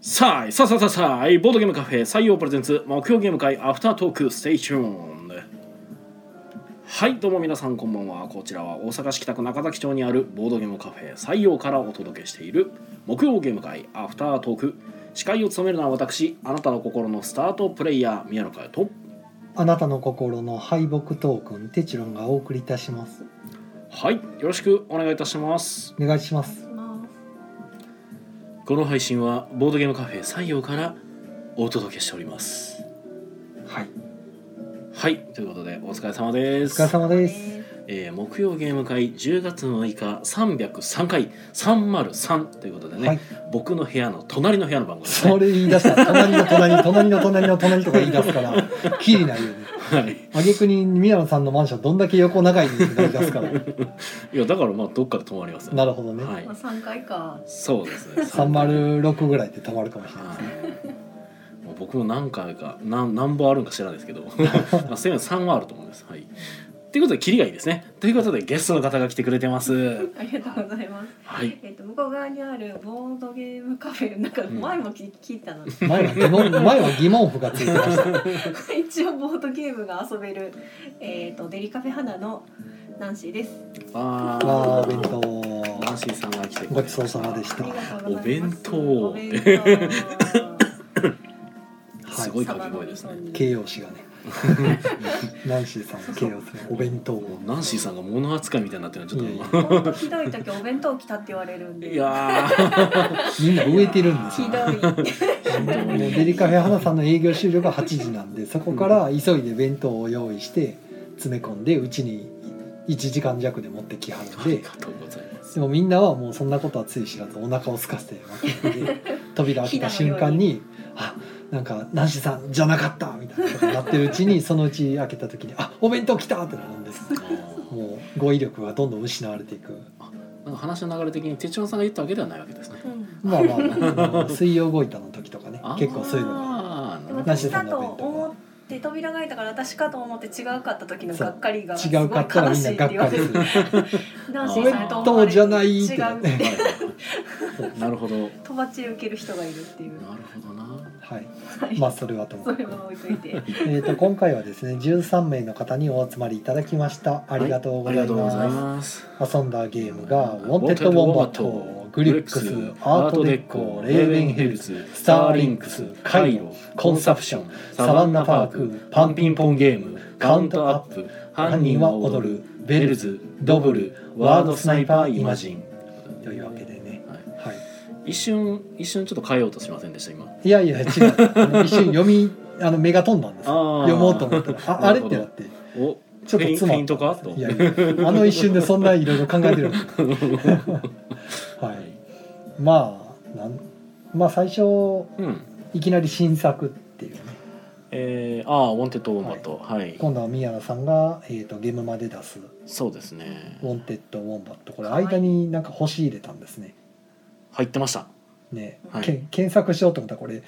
さあ、さあさあさあさあ、ボードゲームカフェ採用プレゼンツ、目標ゲーム会アフタートーク、ステイチューン。はい、どうも皆さん、こんばんは。こちらは大阪市北区中崎町にあるボードゲームカフェ採用からお届けしている、木曜ゲーム会アフタートーク。司会を務めるのは私、あなたの心のスタートプレイヤー、宮野佳代と。あなたの心の敗北トークンテチロンがお送りいたします。はい、よろしくお願いいたします。お願いします。この配信はボードゲームカフェ採用からお届けしております。はい。はい、ということでお疲れ様でおす。疲れ様です。えー木曜ゲーム会10月の6日303回303ということでね、はい僕の部屋の隣の部屋の番号ですそね。れ言い出したら隣の隣隣の隣の隣とか言い出すからキリないよね。はい。あげくに宮野さんのマンションどんだけ横長いねんってなり出すから。いやだからまあどっかで泊まりますよ。なるほどね。はいまあ。三回か。そうですね。 三丸六ぐらいで止まるかもしれない。はい。もう僕も何回か何何本あるんか知らないで すけど、まあせめて3はあると思うんです。はい。ということでキリがいいですね。ということでゲストの方が来てくれてます。ありがとうございます。はい。えっ、と向こう側にあるボードゲームカフェなんかん前もき聞いた ので、前は疑問前は疑問符がついてました。一応ボードゲームが遊べるえっ、とデリカフェ花のナンシーです。ああああ弁当。ナンシーさんが来てくれまごちそうさまでしあたり。がとうございます。お弁当お弁当。すごい掛け声ですね。形容詞がね。ナンシーさんの形容詞がお弁当を。ナンシーさんが物扱いみたいになってるのはちょっと今。ほんとひどい時お弁当来たって言われるんで。いやーみんな植えてるんですひよ。ど い。もうデリカフェ花さんの営業終了が8時なんでそこから急いで弁当を用意して詰め込んでうちに1時間弱で持ってきはるあんりでがとうございます。でもみんなはもうそんなことはつい知らずお腹を空かせて待ってる んで扉開けた瞬間に「あなんかナンシーさんじゃなかった」みたいなことになってるう ちにそのうち開けた時に「あお弁当来た!」ってなるんですあーもう語彙力がどんどん失われていくなんか話の流れ的に哲郎さんが言ったわけではないわけですね。うんまあまあ あの水曜ゴイタの時とかねあー結構そういうのが。でなもるほどナンシー私さかんのおと弁当思って扉が開いたから私かと思って違うかった時のがっかりがす違ごいうかったら悲みんしないってがっ言わかれりるする。ナンシおー弁さんと思わ当れじゃないって違うはいねはいはいなるほど。なるとばっちり受ける人がいるっていうほどな。はい、はいまあそれはともそれは置いといてえー、と今回はですね13名の方にお集まりいただきましたありがとうござあいます,、りがとうございます。遊んだゲームが「ウォンテッド・ウォンバット」「グリックス」「アートデッコ」「レーベンヘルツ」ツスターリンクスカイロコンサプションサバンナパークパンピンポンゲームカウントアップ犯人は踊るベルズドブルワードスナイパーイマジンンというわけでね、ははい、い、一瞬一瞬ちょっと変えようとしませんでした今いやいや違うあの一瞬読みあの目が飛んだんですあー読もうと思ったらああれってなっておちょっとフェイン詰まフェインったとかといやいやあの一瞬でそんないろいろ考 えてるわけはいまあなんまあ最初うんいきなり新作っていうねえー、ああ「ウォンテッド・ウォンバット」はい、今度は宮野さんが、えー、とゲームまで出すそうです「ねウォンテッド・ウォンバット」これ間になんか星入れたんですね入ってましたね、はいけ検索しようと思ったらこれ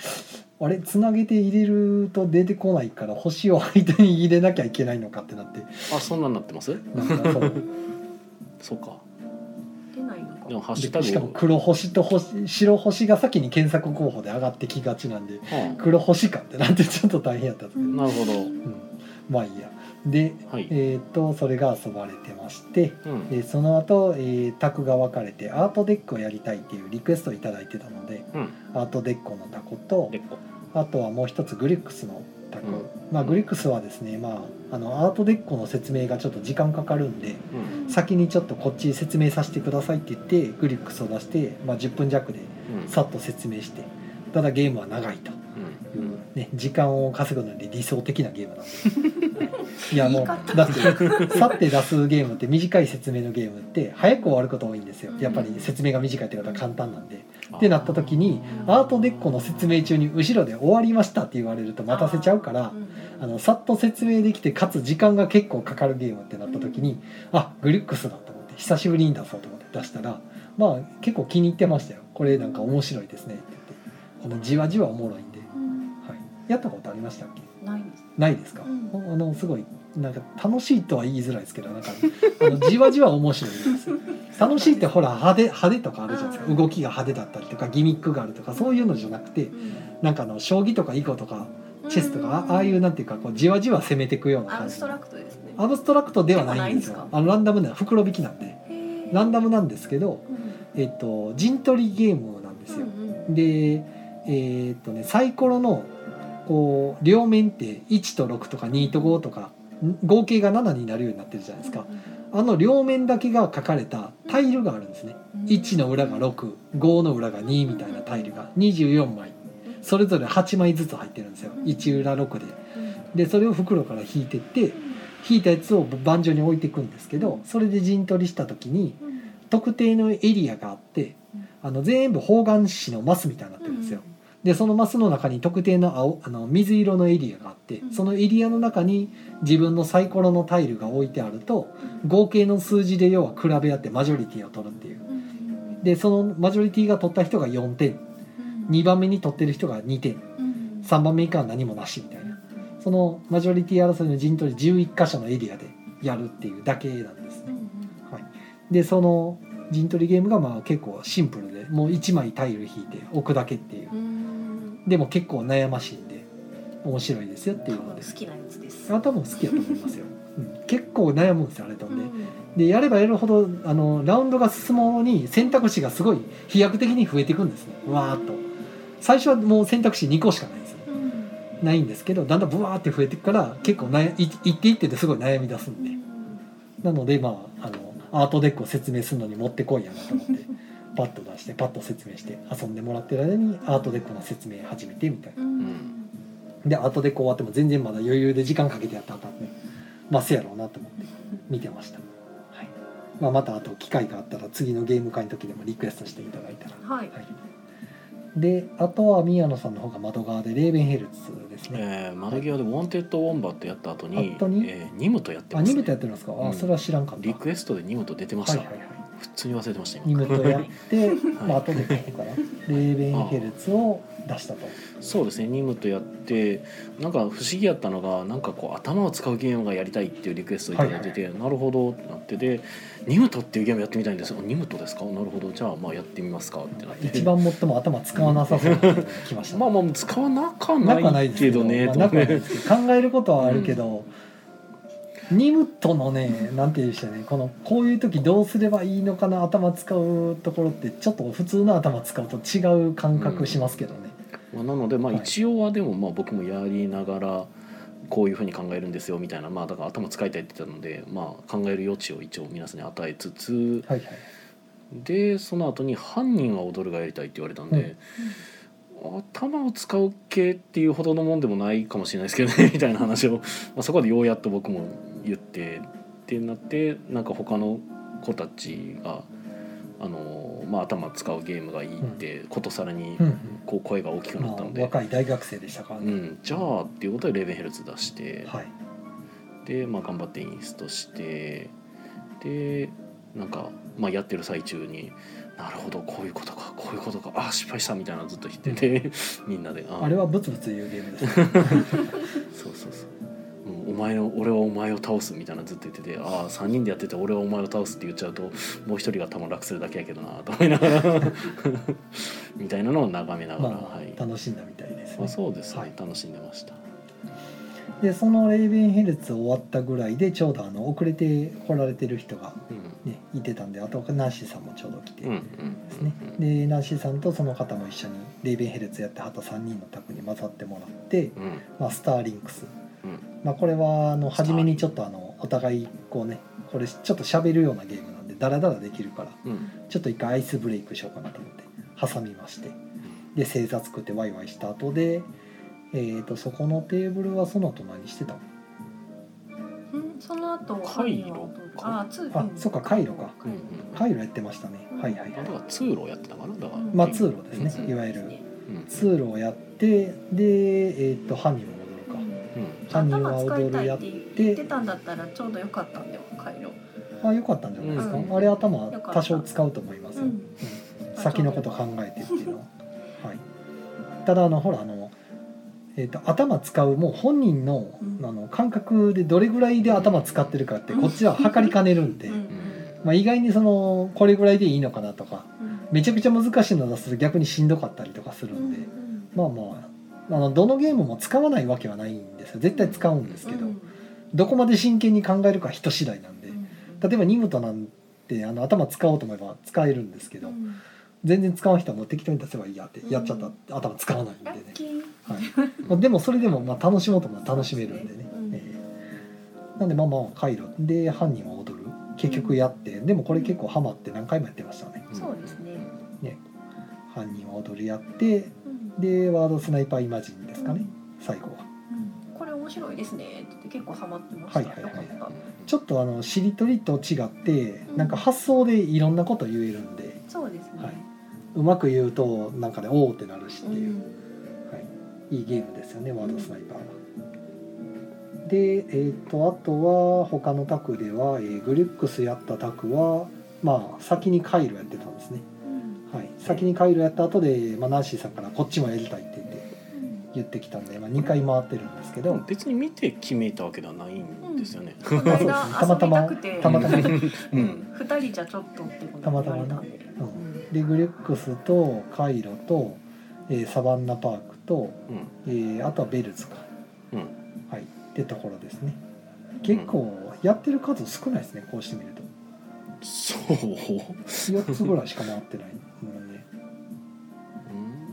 あれつなげて入れると出てこないから星を間に入れなきゃいけないのかってなってあそんなんなってますなんかそのそうか出ないのかでもハッシュタでグしかも黒星と星白星が先に検索候補で上がってきがちなんでは黒星かってなってちょっと大変やったんですけど、なるほどうん、まあいいやで、あはい、えー、とそれが遊ばれてましてうんでその後、えー、タクが分かれてアートデックをやりたいっていうリクエストを頂いてたのでうんアートデックのタコとでこあとはもう一つグリックスのタコ、うんまあ、グリックスはですね、まあ、あのアートデックの説明がちょっと時間かかるんでうん先にちょっとこっち説明させてくださいって言ってグリックスを出して、まあ、10分弱でうんさっと説明してただゲームは長いと。ういんうね、時間を稼ぐのに理想的なゲームなんでいやも言うい方だって去って出すゲームって短い説明のゲームって早く終わること多いんですよやっぱり説明が短いってことは簡単なんでってなった時にアートデッコの説明中に後ろで終わりましたって言われると待たせちゃうからうんあのさっと説明できてかつ時間が結構かかるゲームってなった時にあグリックスだと思って久しぶりに出そうと思って出したらまあ結構気に入ってましたよこれなんか面白いですねって言ってあのじわじわおもろいんで、うんはい、やったことありましたっけないんですないですか、うんあのすごいなんか楽しいとは言いづらいですけどなんかあのじわじわ面白いです楽しいってほら派手派手とかあるじゃないですうかん動きが派手だったりとかギミックがあるとかそういうのじゃなくてなんかあの将棋とか囲碁とかチェスとかあああいうなんていうかこうじわじわ攻めていくようなア感ブじストラクトですねアブストラクトではないんですではよないんですあのランダムな袋引きなんでランダムなんですけど、ムえっと、陣取りゲームなんですよ。でえーっとねサイコロのこう両面って1と6とか2と5とかん合計が7になるようになってるじゃないですかあの両面だけが書かれたタイルがあるんですね1の裏が65の裏が2みたいなタイルが24枚それぞれ8枚ずつ入ってるんですよ1裏6ででそれを袋から引いてって引いたやつを盤上に置いていくんですけどそれで陣取りした時に特定のエリアがあってうんあの全部方眼紙のマスみたいになってるんですよ。でそのマスの中に特定の青あの水色のエリアがあってうんそのエリアの中に自分のサイコロのタイルが置いてあると合計の数字で要は比べ合ってマジョリティを取るっていうでそのマジョリティが取った人が4点2番目に取ってる人が2点3番目以下は何もなしみたいなそのマジョリティ争いの陣取り11箇所のエリアでやるっていうだけなんですね。でその陣取りゲームがまあ結構シンプルでもう1枚タイル引いて置くだけっていうでも結構悩ましいんで面白いですよっていうので好きなやつですあ多分好きやと思いますよ、うん、結構悩むんですよあれとんで、うんでやればやるほどあのラウンドが進むほどに選択肢がすごい飛躍的に増えていくんですねわーっと最初はもう選択肢2個しかないんですようんないんですけどだんだんブワーって増えていくから結構悩いいっていっててすごい悩み出すんでなのでまああのアートデックを説明するのにもってこいやなと思ってパッと出してパッと説明して遊んでもらってる間にアートデックの説明始めてみたいなうんでアートデック終わっても全然まだ余裕で時間かけてやったんだねまあせやろうなと思って見てました、はいまあ、またあと機会があったら次のゲーム会の時でもリクエストしていただいたらはいであとは宮野さんの方が窓側でレーベンヘルツですね、えー、窓際で「ウォンテッド・ウォンバット」やった後に後にえーニムトやってあます、ニねム、トやってるんですか、うんあそれは知らんかったリクエストでニムト出てました、はいはいはい普通に忘れてましたニ今ムトやって、いまあ後で買 うからレーベンヘルツを出したとそうですねニムトやってなんか不思議やったのがなんかこう頭を使うゲームがやりたいっていうリクエストをいただいてて、なるほどってなってでニムトっていうゲームやってみたいんですよニムトですかなるほどじゃあまあやってみますかってなって一番最も頭使わなさそうなのが来ましたまあまあ使わなかなくはなないいですけけどどねまあとなくはないねですけど考えることはあるけど、ニムトのねなんていうんでしたねこのこういう時どうすればいいのかな頭使うところってちょっと普通の頭使うと違う感覚しますけどね、 まあなのでまあはい一応はでもまあ僕もやりながらこういうふうに考えるんですよみたいなまあだから頭使いたいって言ってたのでまあ考える余地を一応皆さんに与えつつはいはいでその後に「犯人は踊る」がやりたいって言われたんで、頭を使う系っていうほどのもんでもないかもしれないですけどね みたいな話を、まあ、そこでようやっと僕も言ってってなってなんか他の子たちが、あのまあ、頭使うゲームがいいってことさらにうんこう声が大きくうんなっまたのあ、で、若い大学生でしたからうね、ん、じゃあっていうことでレーベンヘルツ出して、はいで、まあ、頑張ってインストしてでなんか、まあ、やってる最中に「なるほどこういうことかこういうことかあ失敗した」みたいなのずっと言っててみんなで「ああれはブツブツ言うゲームですねそうそうそうもうお前を俺はお前を倒すみたいなのずっと言っててああ3人でやってて俺はお前を倒すって言っちゃうともう1人が多分楽するだけやけどなと思いながら みたいなのを眺めながら、まはあい、楽しんだみたいですね、まあ、そうですね、はい楽しんでましたでそのレイベンヘルツ終わったぐらいでちょうどあの遅れて来られてる人が、うんね、いてたんであとナンシーさんもちょうど来てうんうんですうね、んでナンシーさんとその方も一緒にレイベンヘルツやってはった3人の宅に混ざってもらって、うんうんまあ、スターリンクス、うんまあ、これはあのスターリ初ンめにちょっとあのお互いこうねこれちょっと喋るようなゲームなんでダラダラできるからうんちょっと一回アイスブレイクしようかなと思って挟みましてで星座作ってワイワイした後でえー、とそこのテーブルはその後何してたのうんその後回路かあ、通あそっか回路かうん回路やってましたねはいはいはだいから通路をやってたかなだから、まあ通路でうすんねいわゆるうん通路をやってでえっ、と犯人も戻るうん犯人は頭使踊いるたいやっって言ってたんだったらちょうど良かったんだよ回路、かあよかったんじゃないですか、うんあれ頭多少使うと思いますよ、うんうん先のこと考えてっていうのは、はい、ただあのほらあの、えー、と頭使うもう本人の,、うんあの感覚でどれぐらいで頭使ってるかってこっちは測りかねるんで、うんうんまあ、意外にそのこれぐらいでいいのかなとかめちゃくちゃ難しいの出すと逆にしんどかったりとかするんで、まあまああのどのゲームも使わないわけはないんですよ絶対使うんですけど、どこまで真剣に考えるか人次第なんで、例えばニムトなんてあの頭使おうと思えば使えるんですけど、全然使わん人はもう適当に出せばいいやってやっちゃった、う頭使わないんでね、キーはいまあ、でもそれでもまあ楽しもうとも楽しめるんでね、うんええなんでまあまあ回路で犯人は踊る結局やって、でもこれ結構ハマって何回もやってましたねそうですね犯人は踊るやってうんでワードスナイパーイマジンですかね、最後はうんこれ面白いですねって言って結構ハマってましはたいはいはいよかったちょっとあのしりとりと違ってうんなんか発想でいろんなこと言えるんでそうですねはいうまく言うとなんかねおおってなるしっうていう、んいいゲームですよねワールドスナイパーは。で、えー、とあとは他のタクでは、えーグリュックスやったタクは、まあ、先にカイロやってたんですね、うんはい、先にカイロやった後で、まあ、ナンシーさんからこっちもやりたいって言って言ってきたんで、まあ、2回回ってるんですけど、別に見て決めたわけではないんですよね。この間たまたま遊びたくてたまたま、うん、うん。二人じゃちょっとってことたまたま言われなたんででグリュックスとカイロと、えーサバンナパークと、うん。えーあとはベルツか、うんはいってところですね結構やってる数少ないですねこうしてみると。そう。 4つぐらいしか回ってないもんね、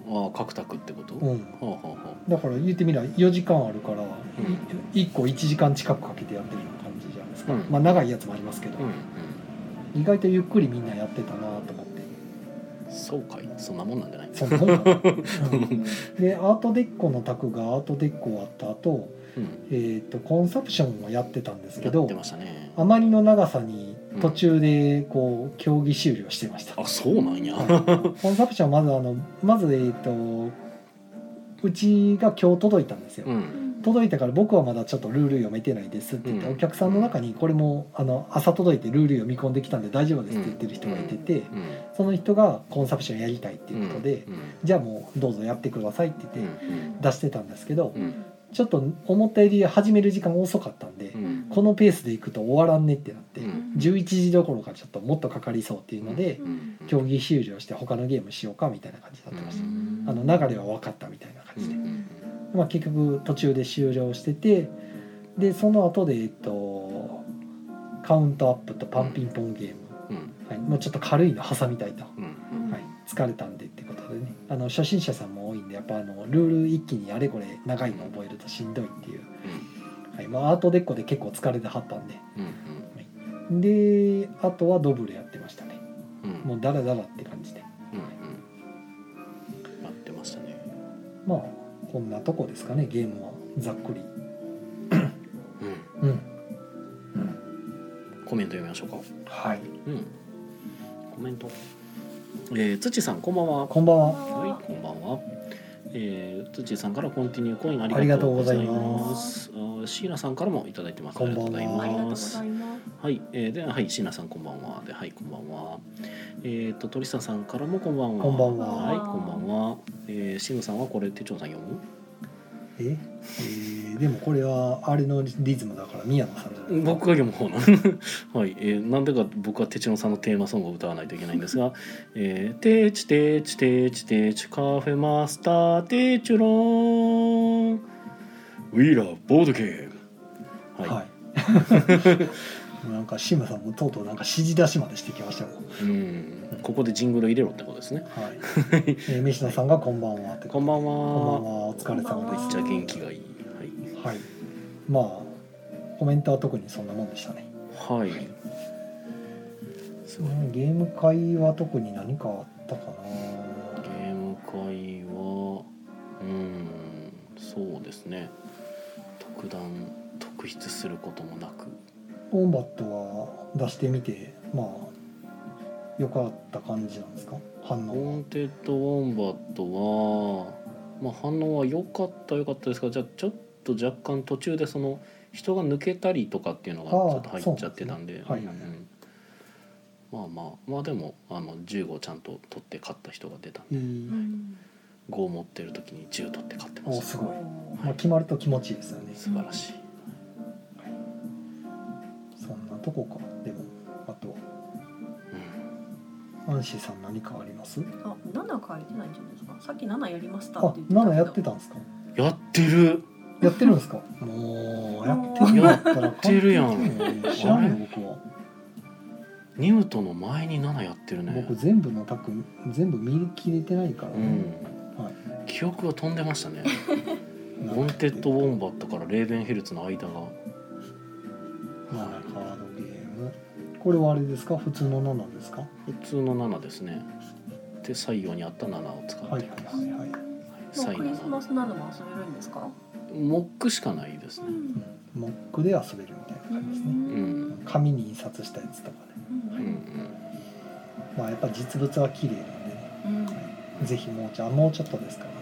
うん、ああ、角卓ってこと。うはん、あ、はあ、はだから言ってみれば4時間あるからあ。うん。 1個1時間近くかけてやってるような感じじゃないですか、うんまあ長いやつもありますけど、うん。意外とゆっくりみんなやってたなと思ってうん。そうかい。そんなもんなんじゃない。そんなもんかな、 うんでアートデッコの卓がアートデッコ終わった後、うん。えっとコンサプションもやってたんですけやっどてましたね。あまりの長さに途中でこう競技終了してました、あ、そうなんや。コンサプションはまずあのまずえっ、とうちが今日届いたんですよ、うん。届いたから僕はまだちょっとルール読めてないですって言って、うんお客さんの中にこれもあの朝届いてルール読み込んできたんで大丈夫ですって言ってる人がいてて、うん。その人がコンサプションやりたいっていうことで、うん。じゃあもうどうぞやってくださいってう言ってん。出してたんですけど、うん。ちょっと思ったより始める時間遅かったんで、うん。このペースでいくと終わらんねってなって、うん11時どころかちょっともっとかかりそうっていうので、うん。競技終了して他のゲームしようかみたいな感じになってました、あの流れは分かったみたいな感うじで。ん。まあ、結局途中で終了しててでその後でえっとカウントアップとパンピンポンゲーム、うん。はい、もうちょっと軽いの挟みたいと、うん。うんはい、疲れたんでってことでねあの初心者さんも多いんでやっぱあのルール一気にあれこれ長いの覚えるとしんどいっていう、はいまあ、アートデッコで結構疲れてはったんでうん。であとはドブルやってましたねうん。うん。もうダラダラって感じでうんうん、やってましたね。まあこんなとこですかねゲームはざっくりうん、うんコメント読みましょうか。はいうん、コメント。えー、土さん、こんばんは。こんばんははい、こんばんは。えー、土さんからコンティニューコインあありりががととううごござざいいま。ますあーシーナさんからもいただいてます。こんばんはありがとうごあざりいがとうまごすざ。いますはい、えー、で、はい、椎名さん、こんばんは。で、はい、こんばんは。えっ、と、鳥下さんからも、こんばんは。こんばんははい、こんばんは。えー、椎名さんは、これ、手帳さん読む。ええーでもこれはあれのリズムだから宮野さんじゃないですか僕が読む方なの はい、えー、なんでか僕はてちのさんのテーマソングを歌わないといけないんです が「えー、てちてちてちてちカフェマスターてちゅろーん」「ウィーラーボードゲーム」はい、はい もうなんか志村さんもとうとうなんか指示出しまでしてきましたようんここでジングル入れろってことですねはい、えー、飯野さんがこんばんはってこんばんはこんばんはお疲れ様めでっすちゃ元気がいいはいはいまあコメントは特にそんなもんでしたねはい、すごいうんゲーム会は特に何かあったかなゲーム会はうんそうですね特段特筆することもなくオンバットは出してみてまあよかった感じなんですか反ホー応ンテッド・ウォンバットは、まあ、反応は良かった良かったですがじゃあちょっと若干途中でその人が抜けたりとかっていうのがちああょっと入っちゃってたんでそうなんですねはいはいはいうんまあまあまあでもあの15ちゃんと取って勝った人が出たんでいいうん5を持ってる時に10取って勝ってまおしたすごい、まあ、決まると気持ちいいですよね素晴らしいそんなとこかでもあとはアンシーさん何かありますあ、七書いてないんじゃないですか。さっき七やりましたっあて言ってたけど。 7やってたんですかやってるやってるんですかもうやってるんだったらやってるやん完璧だよね知らんよ僕はニュートの前に7やってるね僕全部のタク全部見切れてないからうね、んはい記憶が飛んでましたねなんかモンテッド・ウォンバットからレーベンヘルツの間がまあカードゲームこれはあれですか普通の7ですかは普通の7ですねで左右にあった7を使って、いはいはいはい、もサうイクナリスマのスなども遊べるんですか。モックしかないですう。ねうんん、モックで遊べるみたいな感じですうねうんん紙に印刷したやつとかねうんうんまあやっぱ実物は綺麗なんでねうんぜひもうちょもうちょっとですからね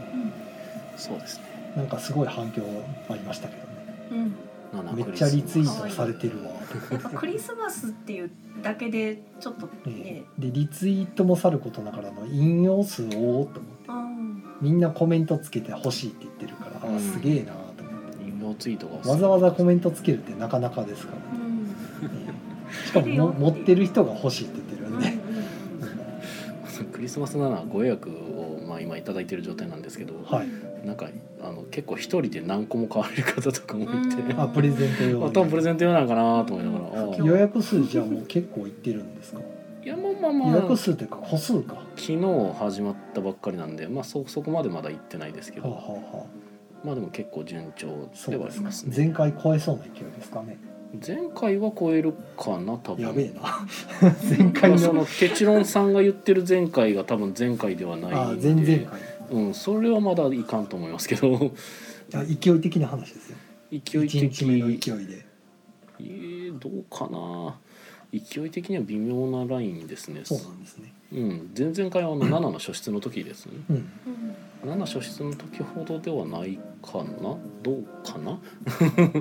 そうですねなんかすごい反響ありましたけどねうん7めクっリちゃリスツイマスートされてるわやっぱクリスマスっていうだけでちょっとえね、えでリツイートもさることながらの引用数多っと思ってあーみんなコメントつけてほしいって言ってるから、うんあすげえなと思って引用ツイートがわざわざコメンントつけるってなかなかですからうね、んしかもも持ってる人が欲しいって言ってるうんんで、ト クリスマス7はご予約をまあ今いただいてる状態なんですけど、はいなんかあの結構一人で何個も買われる方とかもいて、うんあプレゼント用 まあに多分プレゼント用なんかなと思いながら、うんああ予約数じゃもう結構いってるんですかいやまあまあまあ予約数というか個数かは昨日始まったばっかりなんで、まあ、そそこまでまだ行ってないですけあ、ど、はあはまあでも結構順調そうではあでりすかますね前回超えそうな勢いですかね前回は超えるかな多分やべえな前だか回らそののテチロンさんが言ってる前回が多分前回ではないあんで前々回うん、それはまだいかんと思いますけど あ勢い的な話ですよ勢い1的日目のに勢いでえーどうかな勢い的には微妙なラインですねそうなんですねうん、前々回はあの7の初出の時ですねうんうん7初出の時ほどではないかなどうかな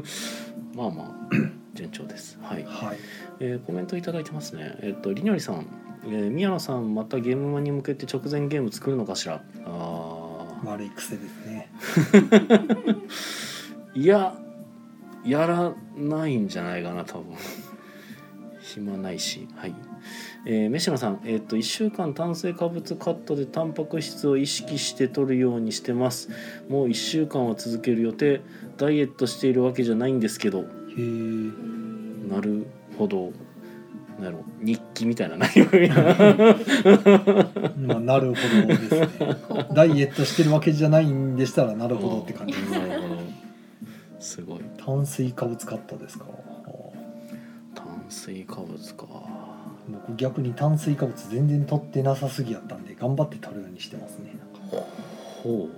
まあまあ順調ですはい、はいえーコメントいただいてますねえっ、とりにょりさん、えー宮野さんまたゲームマに向けて直前ゲーム作るのかしらあー悪い癖ですねいややらないんじゃないかな多分 暇ないしはいえー、飯野さん、えっと1週間炭水化物カットでタンパク質を意識して取るようにしてますもう1週間は続ける予定ダイエットしているわけじゃないんですけどへえなるほどなんやろ日記みたいな内容やまあなるほどですね ダイエットしてるわけじゃないんでしたらなるほどって感じですなるほどすごい炭水化物カットですか炭水化物か僕逆に炭水化物全然取ってなさすぎやったんで頑張って取るようにしてますねほ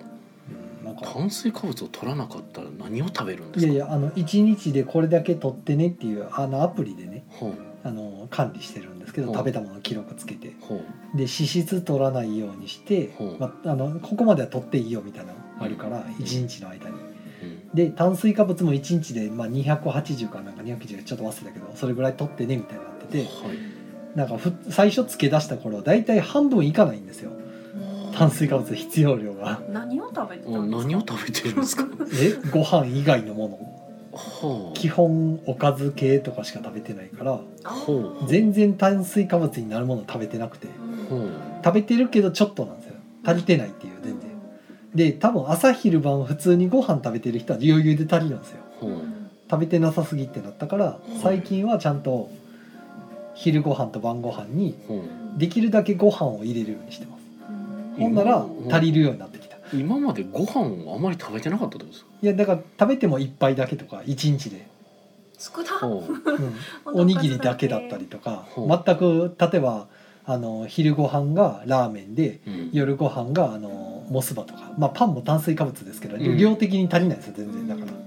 うなんか,、うん、なんか炭水化物を取らなかったら何を食べるんでいすかやいやあの1日でこれだけ取ってねっていうあのアプリでねほうあの管理してるんですけうどん食べたもの記録つけてほうで脂質取らないようにしてうん、ま、あのここまでは取っていいよみたいなのあるからん1日の間にうんで炭水化物も1日で、まあ、280かなんか290ちょっと忘れたけどそれぐらい取ってねみたいになっててはいなんかふ最初付け出した頃大体半分いかないんですよ炭水化物必要量が何を食べてたうんんですか。何を食べてるんですかえご飯以外のものほ基本おかず系とかしか食べてないからうあほう全然炭水化物になるもの食べてなくてほう食べてるけどちょっとなんですよ足りてないっていう全然で多分朝昼晩普通にご飯食べてる人は余裕で足りるんですよほう食べてなさすぎってなったから最近はちゃんと昼ご飯と晩ご飯にほうできるだけご飯を入れるようにしてますうほんならうん足りるようになってきたい今までご飯をあまり食べてなかったってことですかやだから食べても一杯だけとか1 日で、少なほううんおにぎりだけだったり。とかほう全く例えばあの昼ご飯がラーメンでうん夜ご飯があのモスバとかまあパンも炭水化物ですけどうん量的に足りないですよ全然だだかから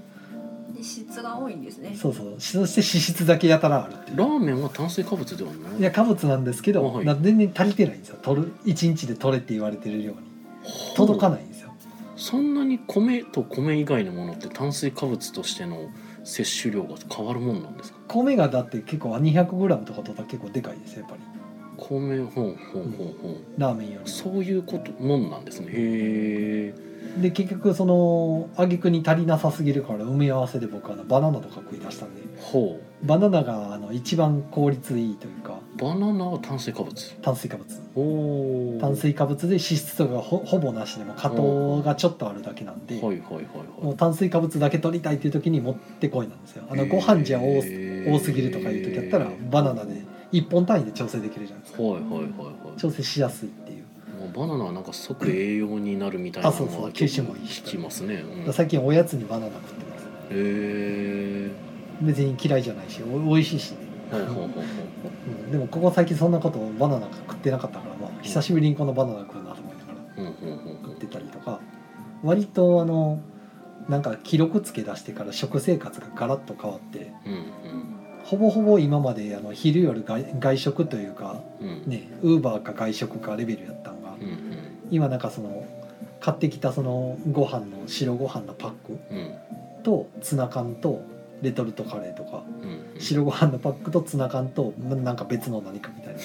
ら。で質が多いんですね。そうそうそして脂質だけやたらあるっていうラーメンは炭水化物ではないいや貨物なんですけど、はいな全然足りてないんですよ取る1日で取れって言われてる量に届かないないんですよそんなに米と米以外のものって炭水化物としての摂取量が変わるもんなんですか米がだって結構 200g とか取ったら結構でかいですよやっぱり米ほうほうほうほうラーメンよりもそういうこともんなんですねへえで結局その挙句に足りなさすぎるから埋め合わせで僕はあのバナナとか食い出したんでほバナナがあの一番効率いいというかうバナナは炭水化物炭水化物おお炭水化物で脂質とかほほぼなしでも加糖がちょっとあるだけなんで、はいはいはいもはうい炭水化物だけ取りたいっていう時にもってこいなんですよあのへーご飯じゃ多す多すぎるとかいう時だったらバナナで1本単位で調整できるじゃないですかはいはいはいはい調整しやすいっていうまあバナナはなんか即栄養になるみたいなのあそうそうは吸収もいいし聞きますね、うん、へ最近おやつにバナナ食ってますえ別に嫌いじゃないしお美味しいしね、はいはいはいはいうん、でもここ最近そんなことバナナ食ってなかったから、まあ、久しぶりにこのバナナ食うなと思いながらうんうんうんう食っんてたりとか割とあのなんか記録つけ出してから食生活がガラッと変わってうんほぼほぼ今まであの昼夜外外食というかうんうんねウーバーか外食かレベルやったんがうん今なんかその買ってきたそのご飯の白ご飯のパックうんうんとツナ缶とレトルトカレーとかうんうん白ご飯のパックとツナ缶とななんか別の何かみたいな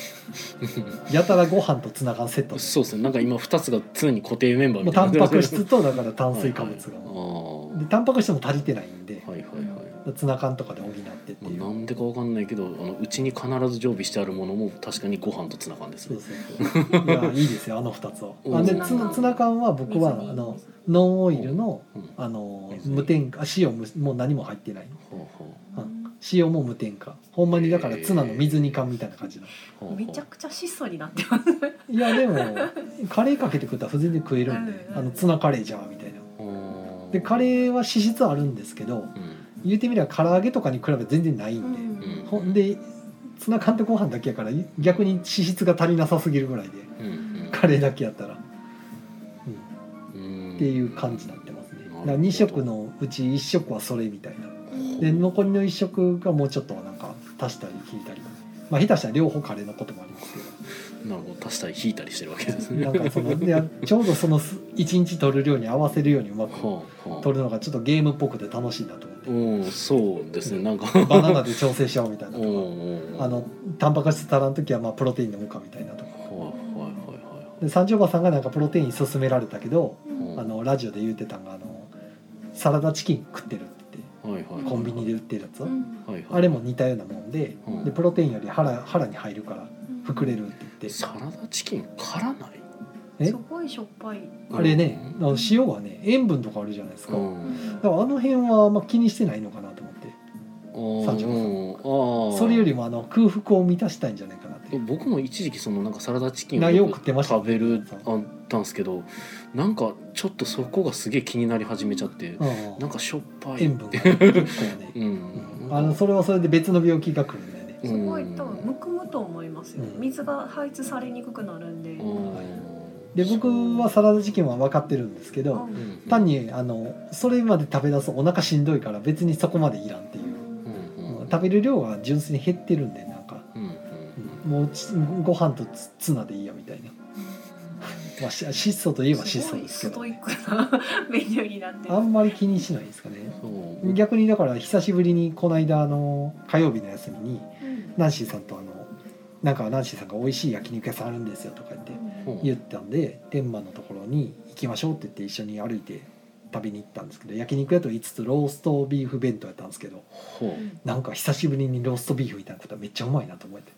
やたらご飯とツナ缶セッ トそうですねなんか今2つが常に固定メンバーもみうたタいンになパってクます質とだから炭水化物がはいではタンパク質も足りてないんでい、ああーはいはいはいツナ缶とかで補ってっていまあ、なうんでかわかんないけどあのうちに必ず常備してあるものも確かにご飯とツナ缶ですそねうそうそういやいいですよあの2つをうんあでツナツ缶ツナ缶は僕はあ水にのノンオイルのうんはあの水に無添加塩ももう何も入ってないあは塩も無添加ほんまにだからツナの水煮缶みたいな感じのあはあはあめちゃくちゃ質素になってます。いやでもカレーかけて食ったら普通に食えるんでうんうんあのツナカレーじゃんみたいなあーでカレーは脂質あるんですけどうん言ってみれば唐揚げとかに比べて全然ないんで、うんほんでツナ缶とご飯だけやから逆に脂質が足りなさすぎるぐらいでうんカレーだけやったら、うん、うんっていう感じになってますねなるだほかどら2食のうち1食はそれみたいなうんで残りの1食がもうちょっとなんか足したり引いたりまあ下手したら両方カレーのこともありますなるほど足したり引いたりしてるわけですけどねなんかそのでちょうどその1日取る量に合わせるようにうまくはあはあ取るのがちょっとゲームっぽくて楽しいなと思ってうんそうですねなんかバナナで調整しようみたいなうんとうかんうんあのタンパク質足らん時はまあプロテイン飲むかみたいなとかはいはいはいはいで三条婆さんがなんかプロテイン勧められたけどうんあのラジオで言うてたんがあのサラダチキン食ってるって言っはいはいてコンビニで売ってるやつうんはいはいあれも似たようなもんでうんでプロテインより腹腹に入るから膨れるって言ってサラダチキンからないえすごいしょっぱい。あれねあの塩はね塩分とかあるじゃないですかうだんからあの辺はあんま気にしてないのかなと思っあて三十ー五うんあーそれよりもあの空腹を満たしたいんじゃないかなって僕も一時期そのなんかサラダチキンなよく食ってました食べるあったんですけどなんかちょっとそこがすげえ気になり始めちゃってうんなんかしょっぱい塩 分がね結構ねうんあのそれはそれで別の病気が来るんだよねうんすごい多分むくむと思いますよう。ん水が排出されにくくなるんで。うんで僕はサラダチキンは分かってるんですけどうんうん単にあのそれまで食べ出すとお腹しんどいから別にそこまでいらんっていううんうん食べる量が純粋に減ってるんでなんかうんうんもうちご飯とツツナでいいやみたいな、まあ、し質素といえば質す素ごでいすスけトどイックな メニューになってるあんまり気にしないですかねそう逆にだから久しぶりにこの間あの火曜日の休みにうんナンシーさんとあのなんかナンシーさんが美味しい焼肉屋さんあるんですよとか言ってうん言ったんで天満のところに行きましょうって言って一緒に歩いて食べに行ったんですけど焼肉屋と言いつつローストビーフ弁当やったんですけどほうなんか久しぶりにローストビーフみたいなことはめっちゃうまいなと思って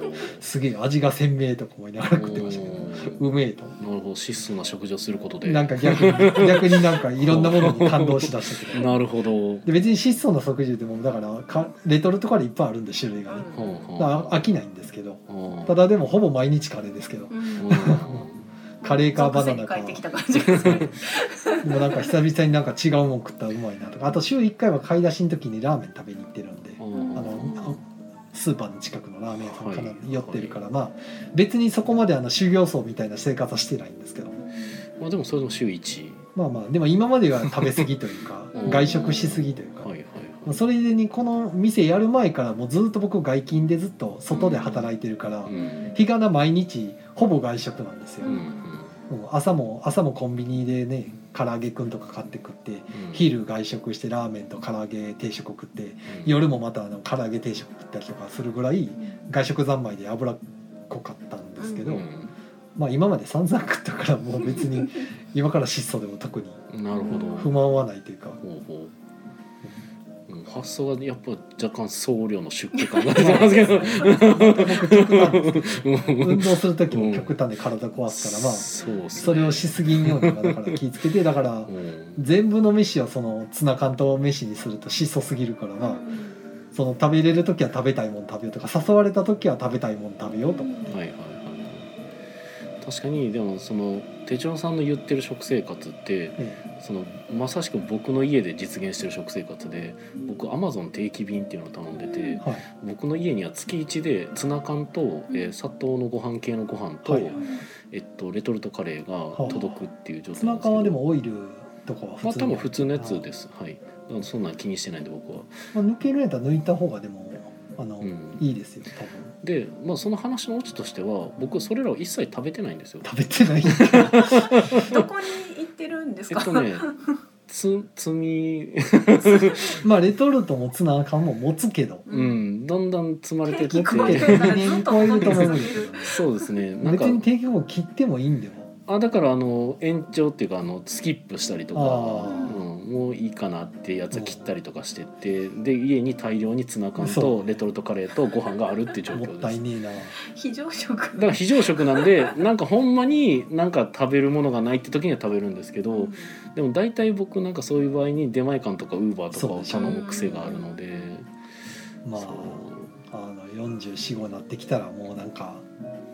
ほうすげえ味が鮮明とか思いながら食ってましたけどうめえと思っなるほど質素な食事をすることてでなんか逆に逆になんかいろんなものに感動しだしたけど なるほどで別に質素な即時でもだからかレトルトカレーいっぱいあるんで種類がねほうほうだから飽きないんですけどうんただでもほぼ毎日カレーですけどうんカレーかバナナ属性かに帰ってきた感じがする。でもなんか久々になんか違うもん食ったらうまいなとかあと週1回は買い出しの時にラーメン食べに行ってるんでうあんのスーパーの近くのラーメン屋さんかなはい寄ってるからまあ別にそこまであの修行僧みたいな生活はしてないんですけどまあでもそれでも週一まあまあでも今までは食べ過ぎというかうん外食し過ぎというか、はいはいまあそれにこの店やる前からもうずっと僕外勤でずっと外で働いてるから、はいうん日がな毎日ほぼ外食なんですよ、うんもう朝も朝もコンビニでね唐揚げくんとか買って食ってうん昼外食してラーメンと唐揚げ定食食ってうん夜もまたあの唐揚げ定食食ったりとかするぐらい外食三昧で油濃かったんですけうど、んまあ今まで散々食ったからもう別に今から質素でも特になるほど不満はない というかほうほう、うん、発想がやっぱ若干僧侶の出家感がありますけ ど僕極端ですけどうん運動する時も極端で体壊すからまあそうっすねそれをしすぎんようにはだから気ぃつけてだからうん全部の飯をそのツナ缶と飯にすると質素すぎるからまあその食べれる時は食べたいもん食べようとか誘われた時は食べたいもん食べようと思ってはいはいはい確かにでもその手帳さんの言ってる食生活ってえそのまさしく僕の家で実現してる食生活で僕アマゾン定期便っていうのを頼んでえてはい僕の家には月1でツナ缶と、えー砂糖のご飯系のご飯と、はいはいえっと、レトルトカレーが届くっていう状ツ態なナんですけ缶どはでもオイルとかはまあ多に分普通のやつですはいだからそんなん気にしてないんで僕はまあ抜けるんやったら抜いた方がでもあの、うんいいですよで、まあ、その話のオチとしては僕それらを一切食べてないんですよ多分食 べてない どこに行ってるんですえか。っとねつ積みまあレトルトもツナ缶も持つけどう。んだんだん積まれてって定期持購って入る年超えると思うけどそうですねなん別かに定期購入切ってもいいんだよあだからあの延長っていうかあのスキップしたりとか、あうーん、もういいかなってやつは切ったりとかしてってで家に大量にツナ缶そとレトルトカレーとご飯があるっていう状も況っでたすいねえな非常だ食。から非常食なんでなんかほんまになんか食べるものがないって時には食べるんですけど、でも大体僕なんかそういう場合に出前館とかウーバーとかを頼む癖があるのでまあそうあの445になってきたらもうなんか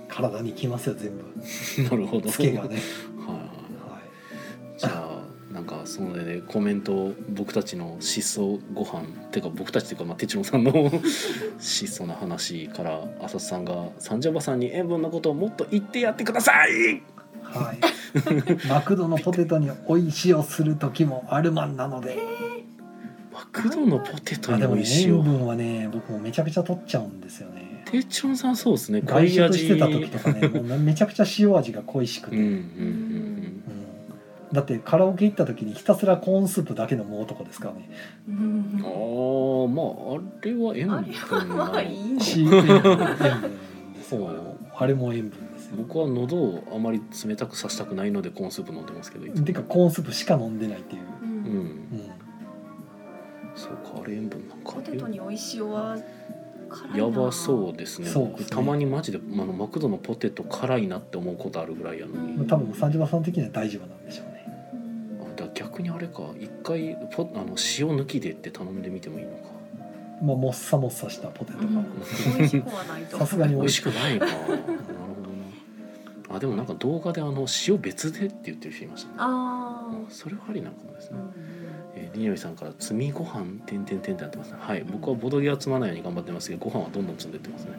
体にきますよ全部 なるほどつけがはいね、はいはじゃあなんかそのでコメントを僕たちの失踪ご飯てか僕たちっていうかまあ哲郎さんの 失踪の話から浅瀬さんが「三ジャバさんに塩分のことをもっと言ってやってください!い、はい、マクドのポテトに追い塩する時もあるまんなので」マクドのポテトあにでも美ね味しい塩よ分はね僕もめちゃくちゃ取っちゃうんですよね哲郎さんそうですね外濃い食味してた時とかねもうめちゃくちゃ塩味が恋しくうて、んうんうんうんうんだってカラオケ行った時にひたすらコーンスープだけ飲む男ですからねうんあーまああれは塩分なあれはまあいいんじ塩分ですうよんあれも塩分ですよ僕は喉をあまり冷たくさせたくないのでコーンスープ飲んでますけどいつもてかコーンスープしか飲んでないっていう、ううんんうそうかあれ塩分なんかポテトに美味しいおは辛いな。やばそうですねそうですねたまにマジであのマクドのポテト辛いなって思うことあるぐらいやのに、ん、多分三島さん的には大丈夫なんでしょうねうん。あだから逆にあれか一回ポあの塩抜きでって頼んでみてもいいのかまあもっさもっさしたポテトうがん美味しくはないと。さすがに美美味味ししくくないかなるほどなあでもなんか動画であの塩別でって言ってる人いましたねああそれはありなのかもですあね、。えー、りのりさんから「積みご飯てんてんてん」ってなってますねはい僕はボドゲは積まないように頑張ってますけどご飯はどんどん積んでってますね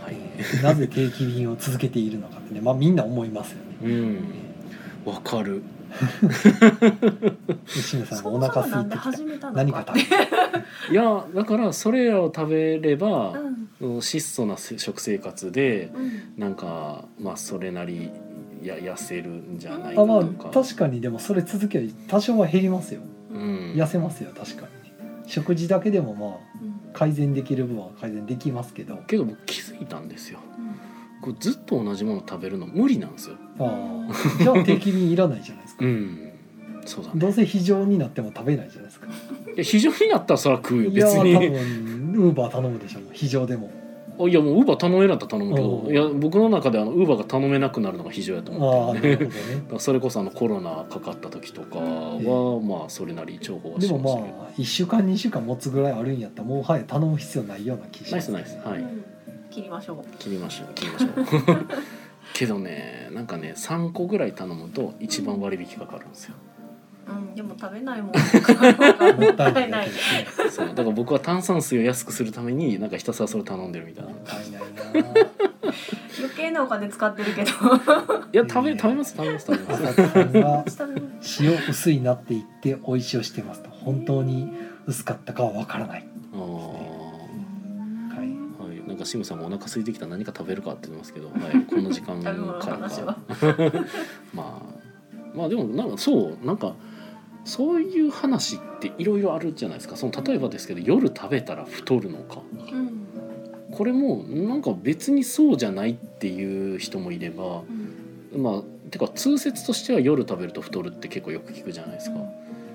はいなぜ定期便を続けているのかってねまあみんな思いますよねうんわかる吉野さんがそおもそ腹もなんで空いてき始めたたの何か食 べるいやだからそれらを食べれば、うんうん質素な食生活でうんなんかまあそれなりや痩せるんじゃないあかまとあか、確かにでもそれ続けば多少は減りますようん、痩せますよ確かに食事だけでもまあうん改善できる分は改善できますけどけど僕気づいたんですよこれずっと同じもの食べるの無理なんですよああじゃあ定期便いらないじゃないですかうんそうだねどうせ非常になっても食べないじゃないですかいや非常になったらそれは食うよいや別多分にウーバー頼むでしょう非常でもあいやもうウーバー頼めなかったら頼むけど、うんいや僕の中であのウーバーが頼めなくなるのが非常やと思あっあてなるるねほどね だからそれこそあのコロナかかった時とかえは、まあそれなり重宝はでしましたもけどまあ1週間2週間持つぐらいあるんやったらもうはい頼む必要ないような気しナまイスすナイスはういん切りましょう。切りましょう 切りましょうけどねなんかね3個ぐらい頼むと一番割引かかるんですようん、でも食べな いもん。ももっったたいいな。ないいないなそうだから僕は炭酸水を安くするためになんかひたすらそれ頼んでるみたいなもいったいないな余計なお金使ってるけど。や食べうん食べます食べます食べまあ すさこさんが下の塩薄いなって言っておいしをしてますと本当に薄かったかはわからないあーはいはい、なんかシムさんもお腹空いてきた何か食べるかって言ってますけど、はい、この時間食かべ ら物の話はかまあまあでもなんかそうなんかそういう話っていろいろあるじゃないですかその例えばですけど夜食べたら太るのかうん。これもなんか別にそうじゃないっていう人もいればうんまあてか通説としては夜食べると太るって結構よく聞くじゃないですか。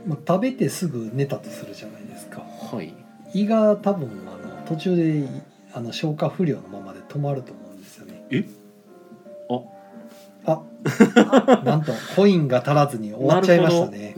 まあ、食べてすぐ寝たとするじゃないですかはい胃が多分あの途中であの消化不良のままで止まると思うんですよねえああなんとコインが足らずに終わっちゃいましたね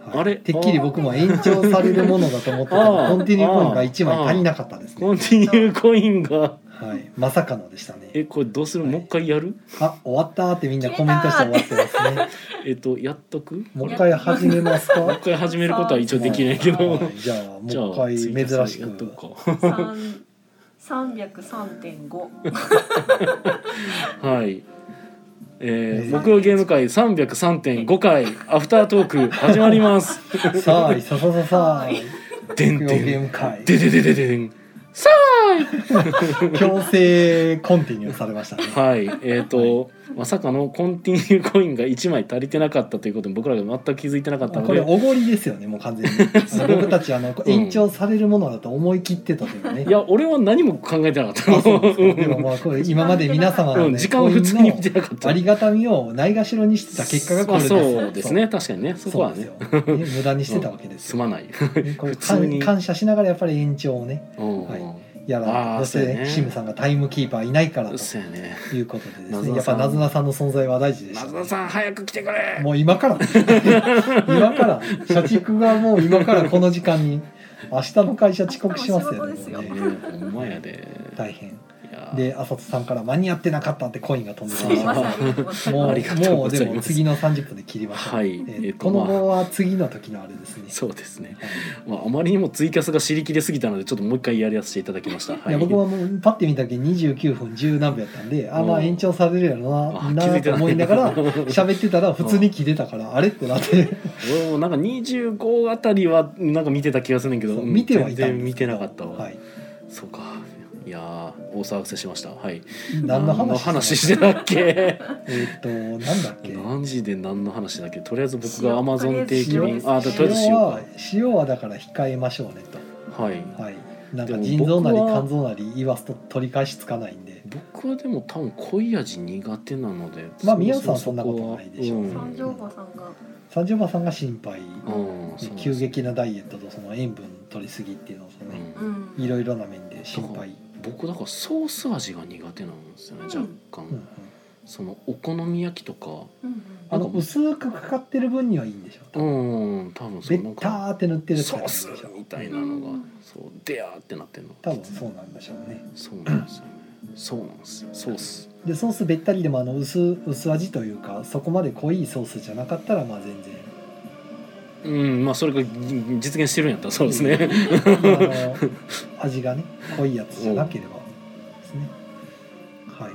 はい あれてっきり僕も延長されるものだと思ってたあらーコンティニューコインが1枚足りなかったですコンねティニューコインがはいまさかのでしたねえこれどうするはいもう一回やるあ終わったーってみんなコメントして終わってますね えっとやっとくもう一回始めますかもう一回始めることは一応できないけどはいじゃあじゃもうあ 一回ツイキャス珍しやっとくく三三百三点五。かはいえー、ね木曜ゲーム会303.5回アフタートーク始まります。さあいささささあいでん木曜ゲでーんム会でででででん強制コンティニューされましたねはいえーと、まさかのコンティニューコインが1枚足りてなかったということに僕らが全く気づいてなかったのこれでおごりですよねもう完全に僕たちあの延長されるものだと思い切ってたというねいや俺は何も考えてなかったあそうのですかでもまあ これ今まで皆様うのんね時間を普通に見てなかったありがたみをないがしろにしてた結果がこれですよまあそうですね確かにねそこそうはですねよね無駄にしてたわけで すすよまない、ねこれ普通に感感謝しながらやっぱり延長をねうんはいやあらーそしてそうやねねシムさんがタイムキーパーいないからとそうやねいうことででなすずねなやっさぱんなずなさんの存在は大事でした松ね田さん早く来てくれもう今 から今から社畜がもう今からこの時間に明日の会社遅刻しますよ明日の仕事ですねよもうねうんほんまやで大変いやで浅田さんから間に合ってなかったってコインが飛んですきそうまみしたませんあありがとうごありがもうざいとうもごうざでいますも次の30分で切りましょう、はいえーえっとこのまあ後は次の時のあれですね、そうですね、はいまあ、あまりにもツイキャスが知り切れすぎたのでちょっともう一回やりやせていただきました、はいいや僕はもうパッて見た時29分10何秒やったんであまあ延長されるやろあな気づないてとない思いながら喋ってたら普通に切れたからあれってなって俺もなんか25あたりはなんか見てた気がするんだけど、うん見てはいたんですけど全然見てなかったわ、はい、そうかいやー大騒がせしましたはい何の話してたっ け えーっとなんだっけ何時で何の話だっけとりあえず僕がア塩マゾン定期塩便ですねあとりあえずし塩よは塩はだから控えましょうねうかはいとはいなんでかも腎臓なり僕は肝臓なり言わすと取り返しつかないんで僕はでも多分濃い味苦手なのでまあ宮野野さんはそんなことないでしょううます。三条ん馬さんが三条馬さんが心配うんそうなんです急激なダイエットとその塩分取りすぎっていうのとうねんうんいろいろな面で心配僕だからソース味が苦手なんですよね若干、うんうんそのお好み焼きとかうんうんあの薄くかかってる分にはいいんでしょ多う分ん多分そベうなんッタかーって塗ってるやつソがいいんーでスしょみたいなのが、うんそうでやーってなってんの多分そうなんでしょうねそうなんですよねそうなんですよソースでソースべったりでもあの薄薄味というかそこまで濃いソースじゃなかったらまあ全然 うんまあそれが実現してるんやったらそうですねあの味がね濃いやつじゃなければですねはい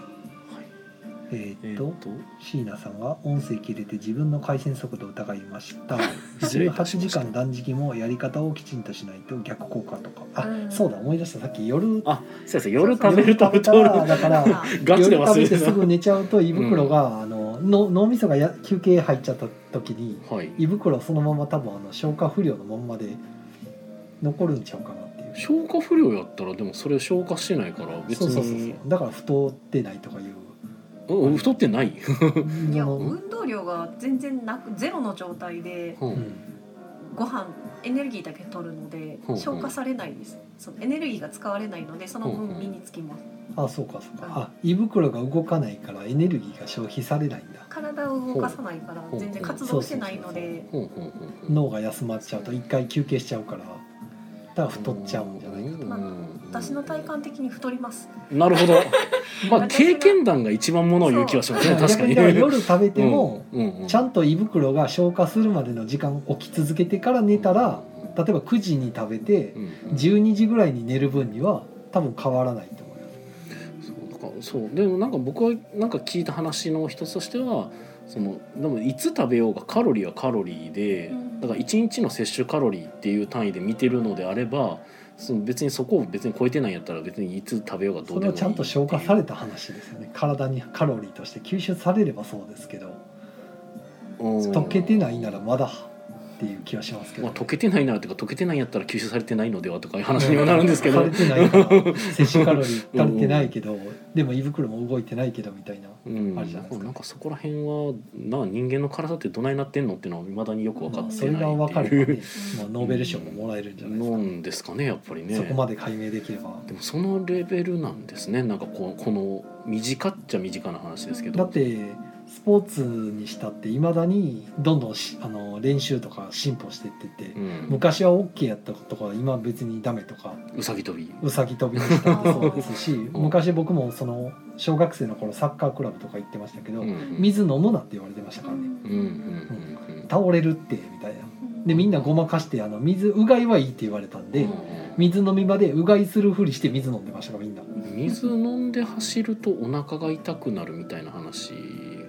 えーっと椎名さんは音声切れて自分の回線速度を疑いました 失礼いたし18ま時した間断食もやり方をきちんとしないと逆効果とかあ、うんそうだ思い出したさっき夜あ先生夜食べると太夜る食べたらだからあガチで夜忘食れべててたすぐ寝ちゃうと胃袋が、あのの脳みそがや休憩入っちゃった時にはい胃袋そのまま多分あの消化不良のまんまで残るんちゃうかなっていう消化不良やったらでもそれ消化してないから別そうそうそうにそうだから太ってないとかいううん太ってない、 いやその運動量が全然なくゼロの状態でううん んご飯エネルギーだけ取るのでうん消化されないです。そのエネルギーが使われないのでそのうん分身につきます。あそうかそうかあ胃袋が動かないからエネルギーが消費されないんだ体を動かさないからほう全然活ほう動してないのでほんほんほんほん脳が休まっちゃうと一回休憩しちゃうからだから太っちゃうんじゃないかうんまあ私の体感的に太ります。なるほ どまあ私が経験談が一番ものを言う気はしますねと確か逆ににだから夜食べても、うんうんうんちゃんと胃袋が消化するまでの時間置き続けてから寝たら例えば9時に食べてうんうん12時ぐらいに寝る分には多分変わらないと思いますそうだからそうでもなんか僕はなんか聞いた話の一つとしてはそのでもいつ食べようがカロリーはカロリーで、うんだから1日の摂取カロリーっていう単位で見てるのであればその別にそこを別に超えてないんやったら別にいつ食べようがどそうでれもいいはちゃんと消化されたた話ですよね体にカロリーとして吸収されればそうですけど溶けてないならまだっていう気はしますけまど、あ、溶けてないなとか溶けてないんやったら吸収されてないのではとかいう話にもなるんです けど、されてないから摂取カロリー足りてないけどでも胃袋も動いてないけどみたいなうん、あなれじゃないですかんかそこら辺はな人間の体ってどないなってんのっていうのは未だによく分かまあっそてれがない分かっれていば、うねまあ、ノーベル賞ももらえるんじゃないですなか、んですかねやっぱりねそこまで解明できればでもそのレベルなんですねなんかこうこの身近っちゃ身近な話ですけどだってスポーツにしたっていまだにどんどんしあの練習とか進歩してってて、うん、昔は OK やったことが今別にダメとかうさぎ跳びうさぎ跳びにしたってそうですし昔僕もその小学生の頃サッカークラブとか行ってましたけど、うんうん水飲むなって言われてましたからねうんうんうんうん倒れるってみたいなでみんなごまかしてあの水うがいはいいって言われたんで、うん水飲み場でうがいするふりして水飲んでましたからみんな水飲んで走るとお腹が痛くなるみたいな話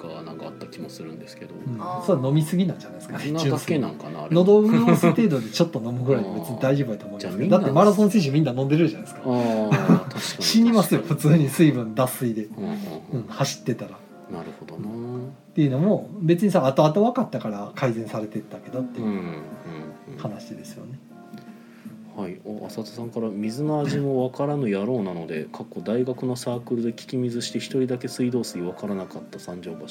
がなんかあった気もするんですけど、うん、あーそれは飲みすぎなんじゃないですかねそんなだけなんかなあれ喉を潤す程度でちょっと飲むぐらいで別に大丈夫だと思うあーんですけどじゃあみんなだってマラソン選手みんな飲んでるじゃないですかああ確かに 死にますよ普確か通に水分脱水で、にうんうんううんん、走ってたらっなるほどなていうのも別にさ後々分かったから改善されてったけどってうんいうんううん話ですよね、はいお浅田さんから「水の味もわからぬ野郎なので」かっこ大学のサークルで聞き水して一人だけ水道水わからなかった三条橋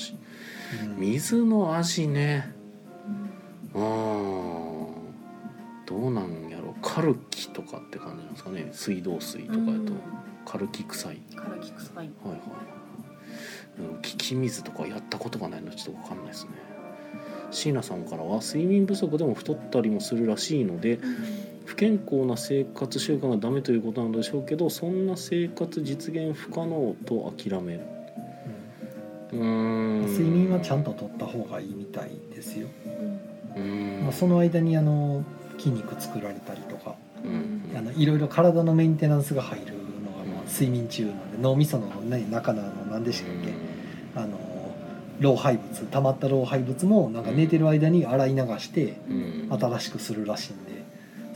うん水の味ねうーんどうなんやろカルキとかって感じなんですかね水道水とかやとカルキ臭いから聞くさいはいはいはい。聞き水とかやったことがないのでちょっとわかんないですね。椎名さんからは睡眠不足でも太ったりもするらしいので不健康な生活習慣がダメということなのでしょうけどそんな生活実現不可能と諦めるうーん睡眠はちゃんと取った方がいいみたいですよ、うーんまあ、その間にあの筋肉作られたりとかうんあのいろいろ体のメンテナンスが入るのがまあ睡眠中なんで脳みその、ね、中のあの何でしたっけ、あの老廃物溜まった老廃物もなんか寝てる間に洗い流してうん新しくするらしいんで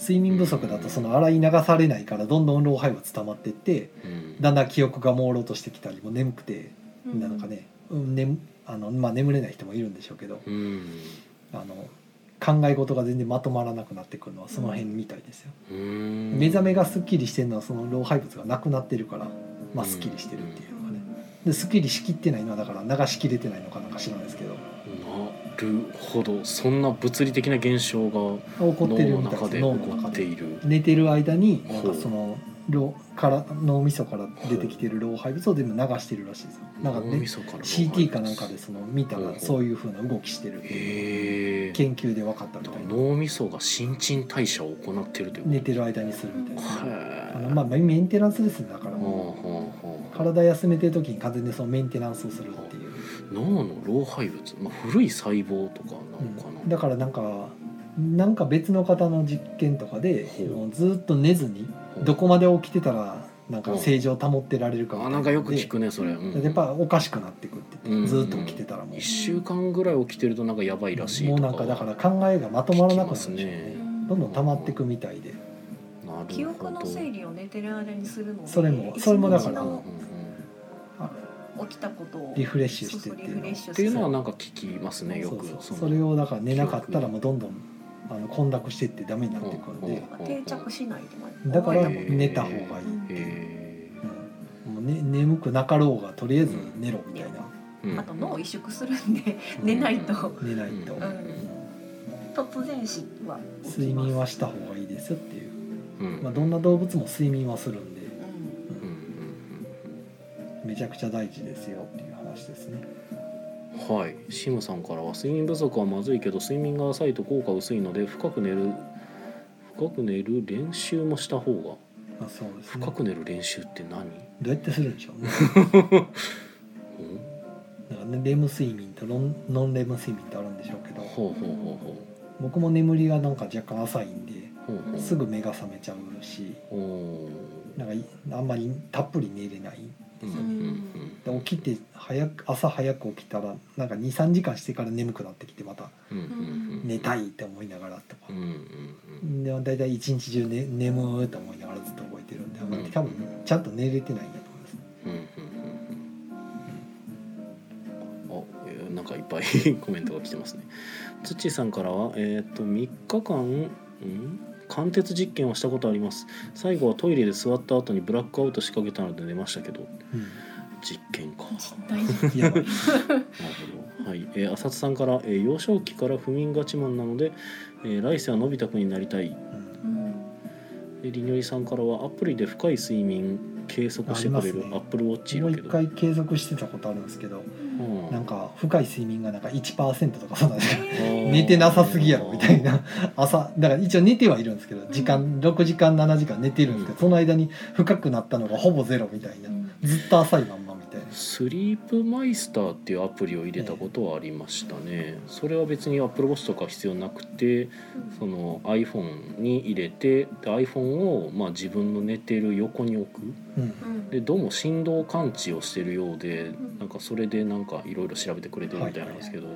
睡眠不足だとその洗い流されないからどんどん老廃物溜まってってうんだんだん記憶が朦朧としてきたりもう眠くてなんかね,、うんねあのまあ、眠れない人もいるんでしょうけどうんあの考え事が全然まとまらなくなってくるのはその辺みたいですよ。うーん目覚めがすっきりしてるのはその老廃物がなくなってるから、まあ、すっきりしてるっていうのがねですっきりしきってないのはだから流しきれてないのかなんか知らないですけどなるほどそんな物理的な現象が起こってる脳のみたい中ですで脳起この中ってでいる寝てる間になんほかうその老から脳みそから出てきてる老廃物を全部流してるらしいですよなんか脳ねみそからの CT かなんかでその見たほうほらうそういう風な動きしてるっていうへえ研究で分かったみたいな脳みそが新陳代謝を行っているという寝てる間にするみたいへなえあのまあメンテナンスですねだかほらうもうほうほう体休めてる時に完全にそのメンテナンスをするっていう脳の老廃物、まあ、古い細胞とかなのかな、だからなんかなんか別の方の実験とかでほうもうずっと寝ずにほうどこまで起きてたらなんか正常保ってられるかみたあいなんかよく聞のくねそれ、うんでやっぱおかしくなってくって言って、うんずっと起きてたらもう1週間ぐらい起きてるとなんかやばいらしいもうとなんかだから考えがまとまらなくなるん聞きでしょうますねねどんどん溜まってくみたいでなるほど記憶の整理を寝てる間にするのでそれもそれもだから一うん日うんうんの起きたことをリフレッシュしてそっうてそいうリうフのレッシュっすているうのはなんか聞きますねよそうくそうそのれをだから寝なかったらもうどんどんあの混濁してってダメになってくるんで定着しないとかだからへー寝た方がいいっていう、へうんもうね、眠くなかろうがとりあえず寝ろみたいなーうんあと脳を萎縮するんで寝ないと寝ないと。うん突然死は起きます睡眠はした方がいいですよっていう、うんまあ、どんな動物も睡眠はするんでうんうんうんめちゃくちゃ大事ですよっていう話ですねうんはい、シムさんからは睡眠不足はまずいけど睡眠が浅いと効果薄いので深く寝る深く寝る練習もした方がまあそうですね深く寝る練習って何、どうやってするんでしょ うねうん、だからねレム睡眠とロンノンレム睡眠ってあるんでしょうけどほうほうほうほ僕も眠りがなんか若干浅いんでうほうほうすぐ目が覚めちゃうしおーなんかいあんまりたっぷり寝れないうんで起きて早く朝早く起きたらなんか23時間してから眠くなってきてまたうんうんうん寝たいって思いながらとかうんうんうんでも大体一日中、ね、眠ーと思いながらずっと動いてるんで、まあうん多分ちゃんと寝れてないんだと思いますうんうんうんうんあえーなんかいっぱいコメントが来てますねつっちーさんからはえっ、と3日間うん貫徹実験をしたことあります最後はトイレで座った後にブラックアウト仕掛けたので寝ましたけど実験か実体実や ばないるほど。はい、えー、浅津さんから、えー幼少期から不眠がちマンなので、えー来世はのび太くんになりたい。うんうんえーりにょりさんからはアプリで深い睡眠計測してくれありるますねアップルウォッチだもうけ一ど。回継続してたことあるんですけどうんなんか深い睡眠がなんか1%とかそうなんであー寝てなさすぎやろみたいな朝だから一応寝てはいるんですけど時間6時間7時間寝てるんですけどその間に深くなったのがほぼゼロみたいなずっと浅いまんまみたいなスリープマイスターっていうアプリを入れたことはありましたね。それは別にアップルウォッチとか必要なくて、その iPhone に入れて、で iPhone をまあ自分の寝てる横に置く。うんうんでどうも振動感知をしてるようでんなんかそれでなんかいろいろ調べてくれてるみたいなんですけど、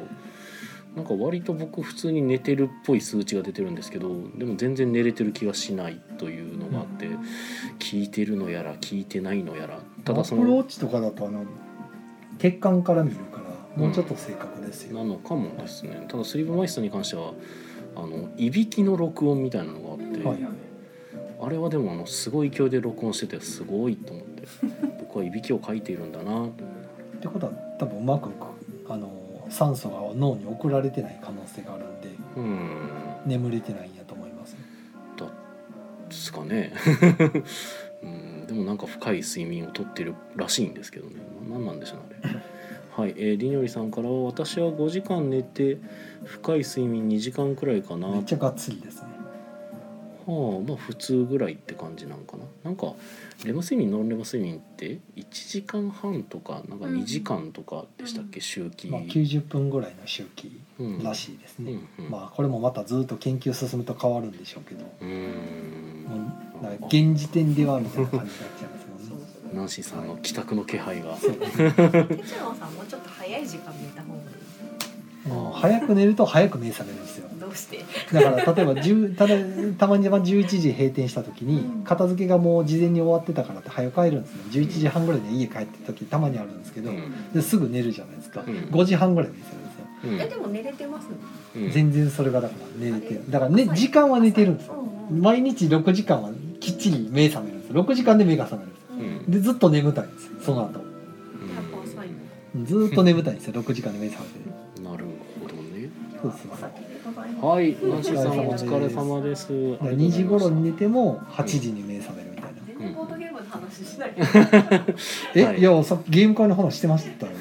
なんか割と僕普通に寝てるっぽい数値が出てるんですけどでも全然寝れてる気がしないというのがあって、聞いてるのやら聞いてないのやらただそアップルウォのッチとかだとあの血管から見るからもうちょっと正確ですよ、なのかもですねただスリーブマイスターに関してはあのいびきの録音みたいなのがあって、はいはいあれはでもあのすごい勢いで録音しててすごいと思って僕はいびきをかいているんだなとってことは多分うまくあの酸素が脳に送られてない可能性があるんでうん眠れてないんやと思いますですかね うんでもなんか深い睡眠をとってるらしいんですけどね何なんでしょうねあれはい、えー、りにょりさんからは私は5時間寝て深い睡眠2時間くらいかなめっちゃがっつりですねはあまあ普通ぐらいって感じなんかななんかレム睡眠ノンレム睡眠って1時間半とかなんかうん2時間とかでしたっけ、周期、まあ90分ぐらいの周期うんらしいですうね、んうん、まあこれもまたずっと研究進むと変わるんでしょうけど、うーんもうなんか現時点ではみたいな感じになっちゃいますもんねそうナンシーさんの帰宅の気配が、そう そう哲郎さんもうちょっと早い時間寝た方がいいもう早く寝ると早く目覚めるんですよどうしてだから例えば10ただたまに11時閉店した時うんに片付けがもう事前に終わってたからって早く帰るんですよ11時半ぐらいで家帰ってた時たまにあるんですけど、うんですぐ寝るじゃないですか、うん5時半ぐらいに寝てるんですよ、うんえでも寝れてますねうん全然それがだから寝れてあるれだから、ね、朝時間は寝てるんですようんうん毎日6時間はきっちり目覚めるんですよ6時間で目が覚めるんですようんでずっと眠たいんですよその後やっぱ遅いのずーっと眠たいんですよ6時間で目覚めてるなるほどね。そうそうおそう酒でございますはい、ナンシーさんお疲れ様です。だから2時頃にね。寝ても8時に目覚めるみたいな、全然ボードゲームの話しないけどえ、はいい、やさっきゲーム会の話してましたよ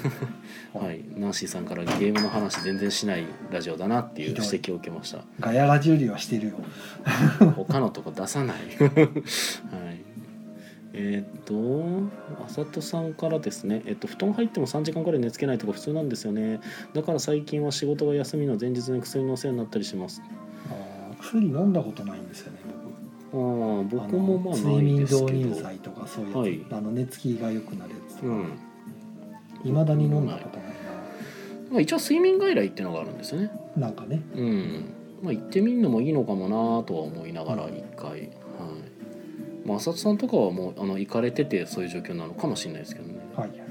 はい、ナンシーさんからゲームの話全然しないラジオだなっていう指摘を受けました。ガヤラジよりはしてるよ他のとこ出さない。 はい。えーっと、あさとさんからですね、えっと、布団入っても3時間ぐらい寝つけないとか普通なんですよね。だから最近は仕事が休みの前日に薬のお世話になったりします。あー薬飲んだことないんですよねああ、僕僕もまああのな睡い眠です導け入ど。剤とかそういうやつ、はいあの寝つきが良くなるやつとうかいまん、、未だに飲んだことないまあ一応睡眠外来っていうのがあるんですよね。ななんかねうん、まあ行ってみるのもいいのかもなとは思いながら一回、はいまあ、浅津さんとかはもうあの行かれててそういう状況なのかもしれないですけどねはいはいはい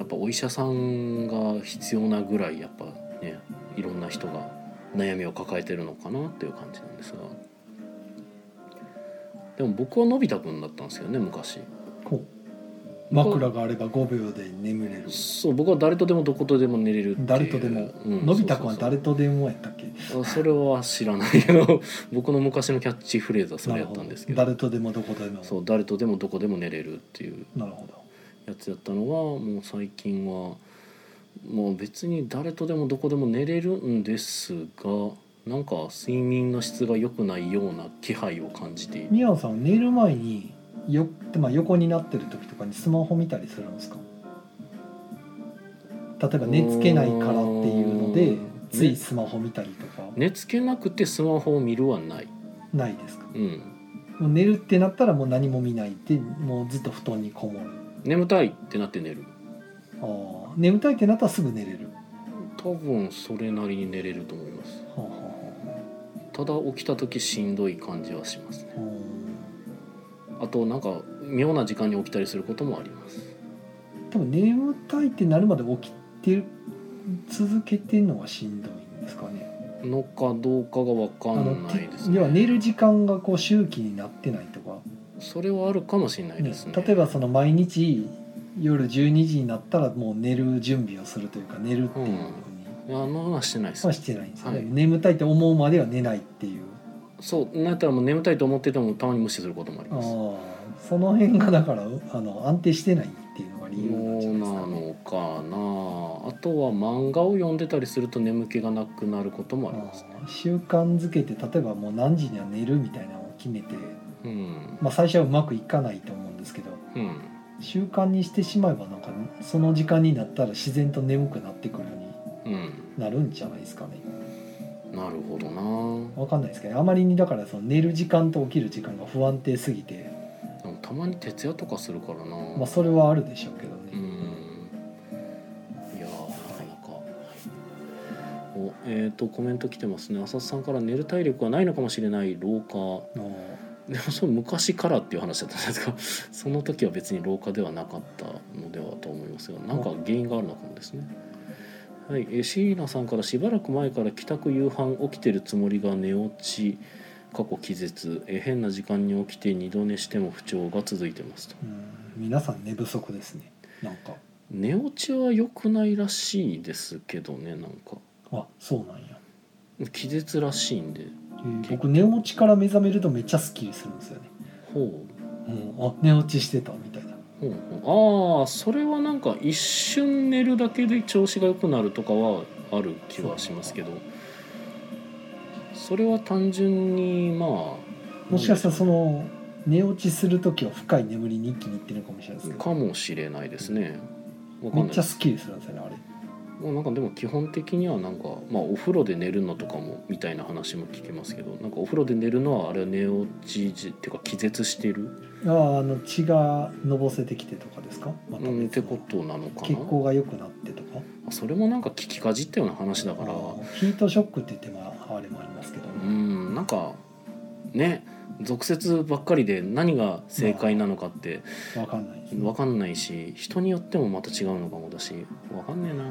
やっぱお医者さんが必要なぐらいやっぱねいろんな人が悩みを抱えてるのかなっていう感じなんですがでも僕はのび太くんだったんですよね昔こう枕があれば5秒で眠れるそう僕は誰とでもどことでも寝れるっていう誰とでも、うんのび太くそうそんはうそう誰とでもやったっけあそれは知らないけど僕の昔のキャッチフレーズはそれやったんですけどなるほど誰とでもどこでもそう誰とでもどこでも寝れるっていうなるほどやつやったのがもう最近はもう別に誰とでもどこでも寝れるんですがなんか睡眠の質が良くないような気配を感じているミヤさんは寝る前によって、まあ、横になってる時とかにスマホ見たりするんですか例えば寝つけないからっていうのうでーんついスマホ見たりとか寝つけなくてスマホを見るはない、ないですかうん、もう寝るってなったらもう何も見ないでもうずっと布団にこもる眠たいってなって寝るあー眠たいってなったらすぐ寝れる、多分それなりに寝れると思いますはあはあはただ起きた時しんどい感じはしますねあうーんあとなんか妙な時間に起きたりすることもあります多分眠たいってなるまで起きてる続けてんのはしんどいんですかね。のかどうかが分かあんのないですきね要は寝る時間がこう周期になってないとか、それはあるかもしれないですね例えばその毎日夜12時になったらもう寝る準備をするというか寝るっていうふうにいやあのはしてないですはしてないんですよね、はい眠たいと思うまでは寝ないっていうそうなったらもう眠たいと思っててもたまに無視することもありあますーその辺がだからあの安定してないっていうのが理由なんじそゃうなないですか、ね、のかなあとは漫画を読んでたりすると眠気がなくなることもありますねあー習慣づけて例えばもう何時には寝るみたいなのを決めて、うんまあ、最初はうまくいかないと思うんですけどうん習慣にしてしまえばなんかその時間になったら自然と眠くなってくるようにうんなるんじゃないですかねなるほどなわかんないですけどあまりにだからその寝る時間と起きる時間が不安定すぎて、でもたまに徹夜とかするからなまあ、それはあるでしょうけどね、うんいやーなかなか、はいおえっ、とコメント来てますね浅田さんから寝る体力はないのかもしれない老化あーでもそれ昔からっていう話だったんですか その時は別に老化ではなかったのではと思いますがなんか原因があるのかもですねはい、えー椎名さんからしばらく前から帰宅夕飯起きてるつもりが寝落ち過去気絶えー変な時間に起きて二度寝しても不調が続いてますとうん皆さん寝不足ですねなんか寝落ちは良くないらしいですけどねなんかあそうなんや、気絶らしいんでえー僕寝落ちから目覚めるとめっちゃスッキリするんですよね、ほうん、あ寝落ちしてたみたいなうほうほうああそれはなんか一瞬寝るだけで調子が良くなるとかはある気はしますけどそれは単純にまあもしかしたらその寝落ちする時は深い眠りに一気にいってるのかもしれないですけどかもしれないですねわかめんっないちゃスッキリするんですよねあれまあなんかでも基本的にはなんか、まあ、お風呂で寝るのとかもみたいな話も聞きますけどなんかお風呂で寝るのはあれは寝落ちじっていうか気絶してる、あああの血がのぼせてきてとかですかまたう別ん、にってことなのか血な行が良くなってとかそれもなんか聞きかじったような話だあからーヒートショックって言ってもあれもありますけど、うんなんかね俗説ばっかりで何が正解なのかってわかんないですね分かんないし人によってもまた違うのかもだし分かんねえな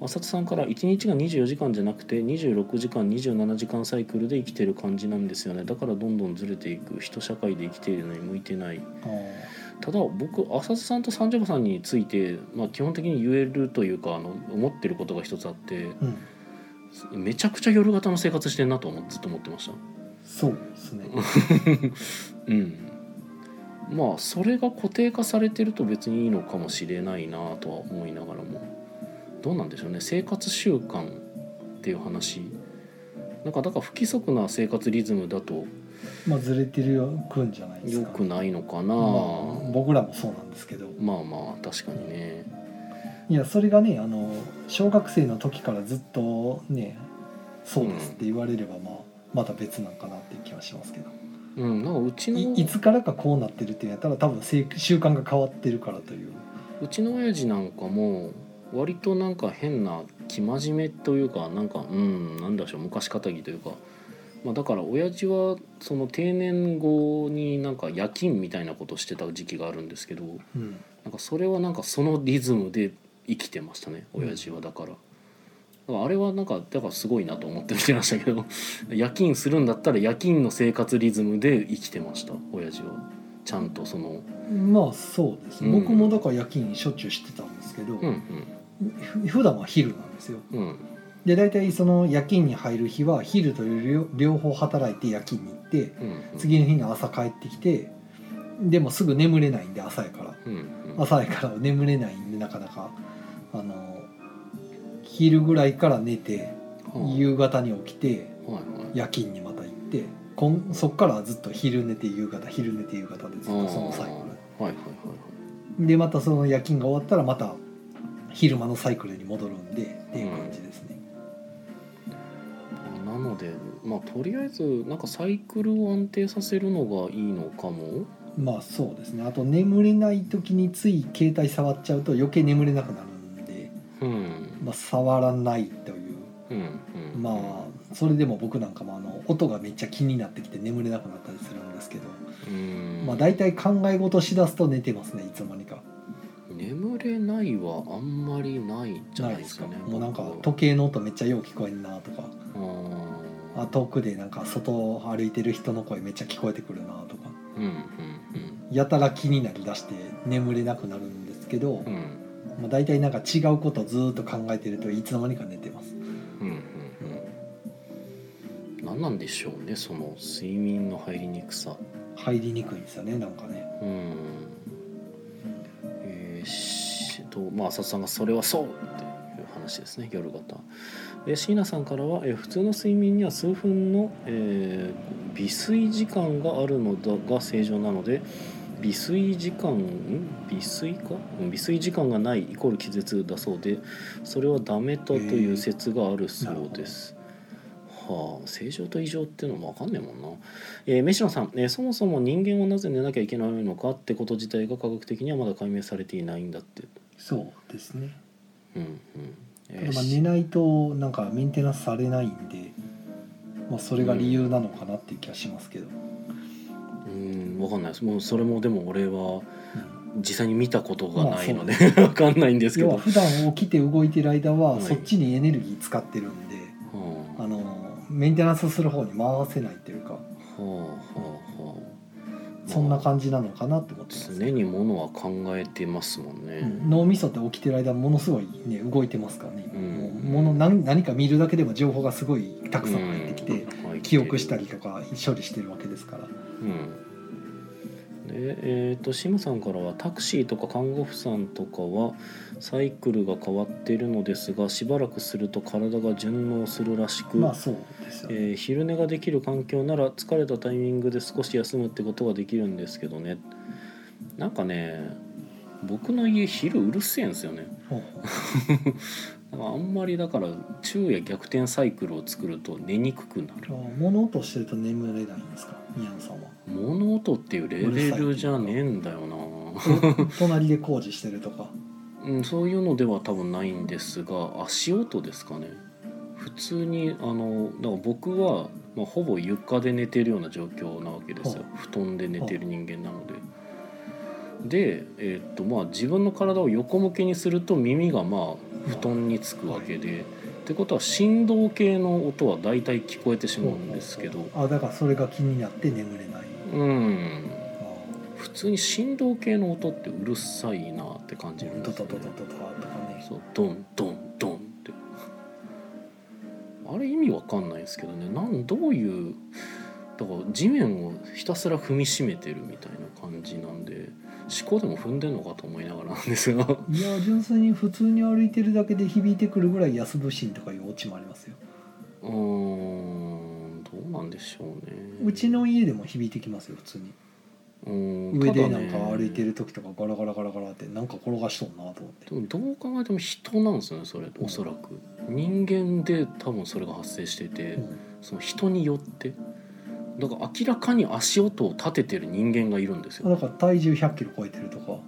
浅田さんから1日が24時間じゃなくて26時間27時間サイクルで生きてる感じなんですよねだからどんどんずれていく人社会で生きているのに向いてないあーただ僕浅田さんと三条子さんについて、まあ、基本的に言えるというかあの思ってることが一つあってうんめちゃくちゃ夜型の生活してんなと思ずっと思ってましたそうですねうんまあそれが固定化されてると別にいいのかもしれないなとは思いながらもどうなんでしょうね生活習慣っていう話なんかだから不規則な生活リズムだとまあずれてるよくんじゃないです良か、くないのかな、まあ僕らもそうなんですけどまあまあ確かにねいやそれがねあの小学生の時からずっとねそうですって言われれば、まあ、また別なんかなっていう気はしますけどうんなんかうちのいいつからかこうなってるっていうのやったら多分せい習慣が変わってるからといううちの親父なんかも割となんか変な生真面目というかなんかうんなんだでしょう昔かたぎというか、まあ、だから親父はその定年後になんか夜勤みたいなことしてた時期があるんですけどうんなんかそれはなんかそのリズムで生きてましたね親父はだから。だからあれはなんかだからすごいなと思って見てましたけど 夜勤するんだったら夜勤の生活リズムで生きてました親父はちゃんとそのまあそうです、うん僕もだから夜勤しょっちゅうしてたんですけうど、んふ普段は昼なんですようんうんで大体その夜勤に入る日は昼と両両方働いて夜勤に行ってうんうん次の日の朝帰ってきてでもすぐ眠れないんで朝やからうんうん朝やから眠れないんでなかなかあの昼ぐらいから寝てはい夕方に起きてはいはい夜勤にまた行ってこんそっからずっと昼寝て夕方昼寝て夕方でずっとそのサイクはいはいはいルでまたその夜勤が終わったらまた昼間のサイクルに戻るんでっていう感じですね、はいなのでまあとりあえずなんかサイクルを安定させるのがいいのかもまあそうですねあと眠れない時につい携帯触っちゃうと余計眠れなくなるんで、うんまあ、触らないといううんうんまあそれでも僕なんかもあの音がめっちゃ気になってきて眠れなくなったりするんですけど、うんまあ、大体考え事しだすと寝てますねいつの間にか眠れないはあんまりないじゃないですかねもうなんか僕は時計の音めっちゃよう聞こえんなとかうんあ遠くでなんか外を歩いてる人の声めっちゃ聞こえてくるなとかうんやたら気になりだして眠れなくなるんですけど、うんうんうんまあ、大体なんか違うことをずーっと考えてるといつの間にか寝てますうんうんうん何なんでしょうねその睡眠の入りにくさ入りにくいんですよねなんかねうんえーしとまあ浅田さんが「それはそう!」っていう話ですね夜型で椎名さんからは、えー普通の睡眠には数分の、えー微睡時間があるのだが正常なので微睡時間ん微睡かうん微睡時間がないイコール気絶だそうでそれはダメだという説があるそうです、はあ、正常と異常っていうのも分かんねえもんなえー、飯野さん、えーそもそも人間はなぜ寝なきゃいけないのかってこと自体が科学的にはまだ解明されていないんだって。そうですねうんうんえたーだまあし寝ないとなんかメンテナンスされないんで、まあ、それが理由なのかなっていう気はしますけど、うんわかんないですもうそれもでも俺はうん実際に見たことがまあないので わかんないんですけ要ど、は普段起きて動いてる間ははいそっちにエネルギー使ってるんで、はああのメンテナンスする方に回せないというかはあはあはあそんなまあ感じなのかなって思ってます、常にものは考えてますもんね、うん脳みそって起きてる間ものすごいね動いてますからね、う今んもうもの何何か見るだけでも情報がすごいたくさん入ってきて、うん入って記憶したりとか処理してるわけですからうんでえー、とシムさんからはタクシーとか看護婦さんとかはサイクルが変わっているのですがしばらくすると体が順応するらしく、まあそうですよね、えー昼寝ができる環境なら疲れたタイミングで少し休むってことができるんですけどねなんかね僕の家昼うるせえんですよねほうほうなんかあんまりだから昼夜逆転サイクルを作ると寝にくくなるあ物音してると眠れないんですか宮野さ んは物音っていうレベルじゃねえんだよなお隣で工事してるとかうん、そういうのでは多分ないんですが足音ですかね普通にあのだから僕は、まあ、ほぼ床で寝てるような状況なわけですよは布団で寝てる人間なので。で、えーっとまあ、自分の体を横向きにすると耳がまあ布団につくわけで、ってことは振動系の音は大体聞こえてしまうんですけど、あだからそれが気になって眠れないうん、あ普通に振動系の音ってうるさいなって感じるんドですドよドドねドドとかねそうドンドンドンってあれ意味わかんないですけどねなんどういうだから地面をひたすら踏みしめてるみたいな感じなんで思考でも踏んでんのかと思いながらなんですが いや純粋に普通に歩いてるだけで響いてくるぐらい安物心とかいうオチもありますようーんどうなんでしょうねうちの家でも響いてきますよ普通にうーん上でただなねんか歩いてる時とかガラガラガラガラってなんか転がしとんなと思ってでもどう考えても人なんですよねそれおそらく人間で多分それが発生してて、うんその人によってだから明らかに足音を立ててる人間がいるんですよだから体重1 0 0キロ超えてるとか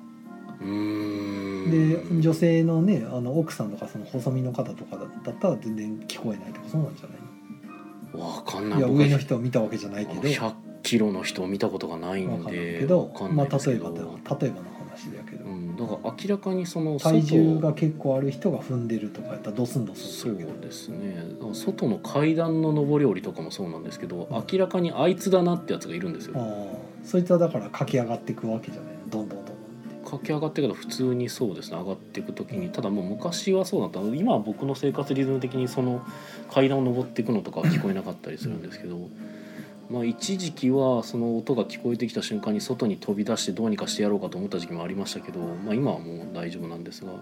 うーんで女性のねあの奥さんとかその細身の方とかだったら全然聞こえないとかそうなんじゃないわかんないいや僕は上の人を見たわけじゃないけど100キロの人を見たことがないわんかんないでけどわかんなまあいですけ例えどばだよ例えばの話だけど、うん、だから明らかにその体重が外結構ある人が踏んでるとかやったらドスンドスンすそるうけどですねだから外の階段の上り下りとかもそうなんですけどうん明らかにあいつだなってやつがいるんですあよあそいつはだから駆け上がっていくわけじゃないのどんどんどんどんって駆け上がってから普通にそうですね上がっていく時にただもう昔はそうだった今は僕の生活リズム的にその階段を上っていくのとかは聞こえなかったりするんですけど、まあ、一時期はその音が聞こえてきた瞬間に外に飛び出してどうにかしてやろうかと思った時期もありましたけど、まあ、今はもう大丈夫なんですが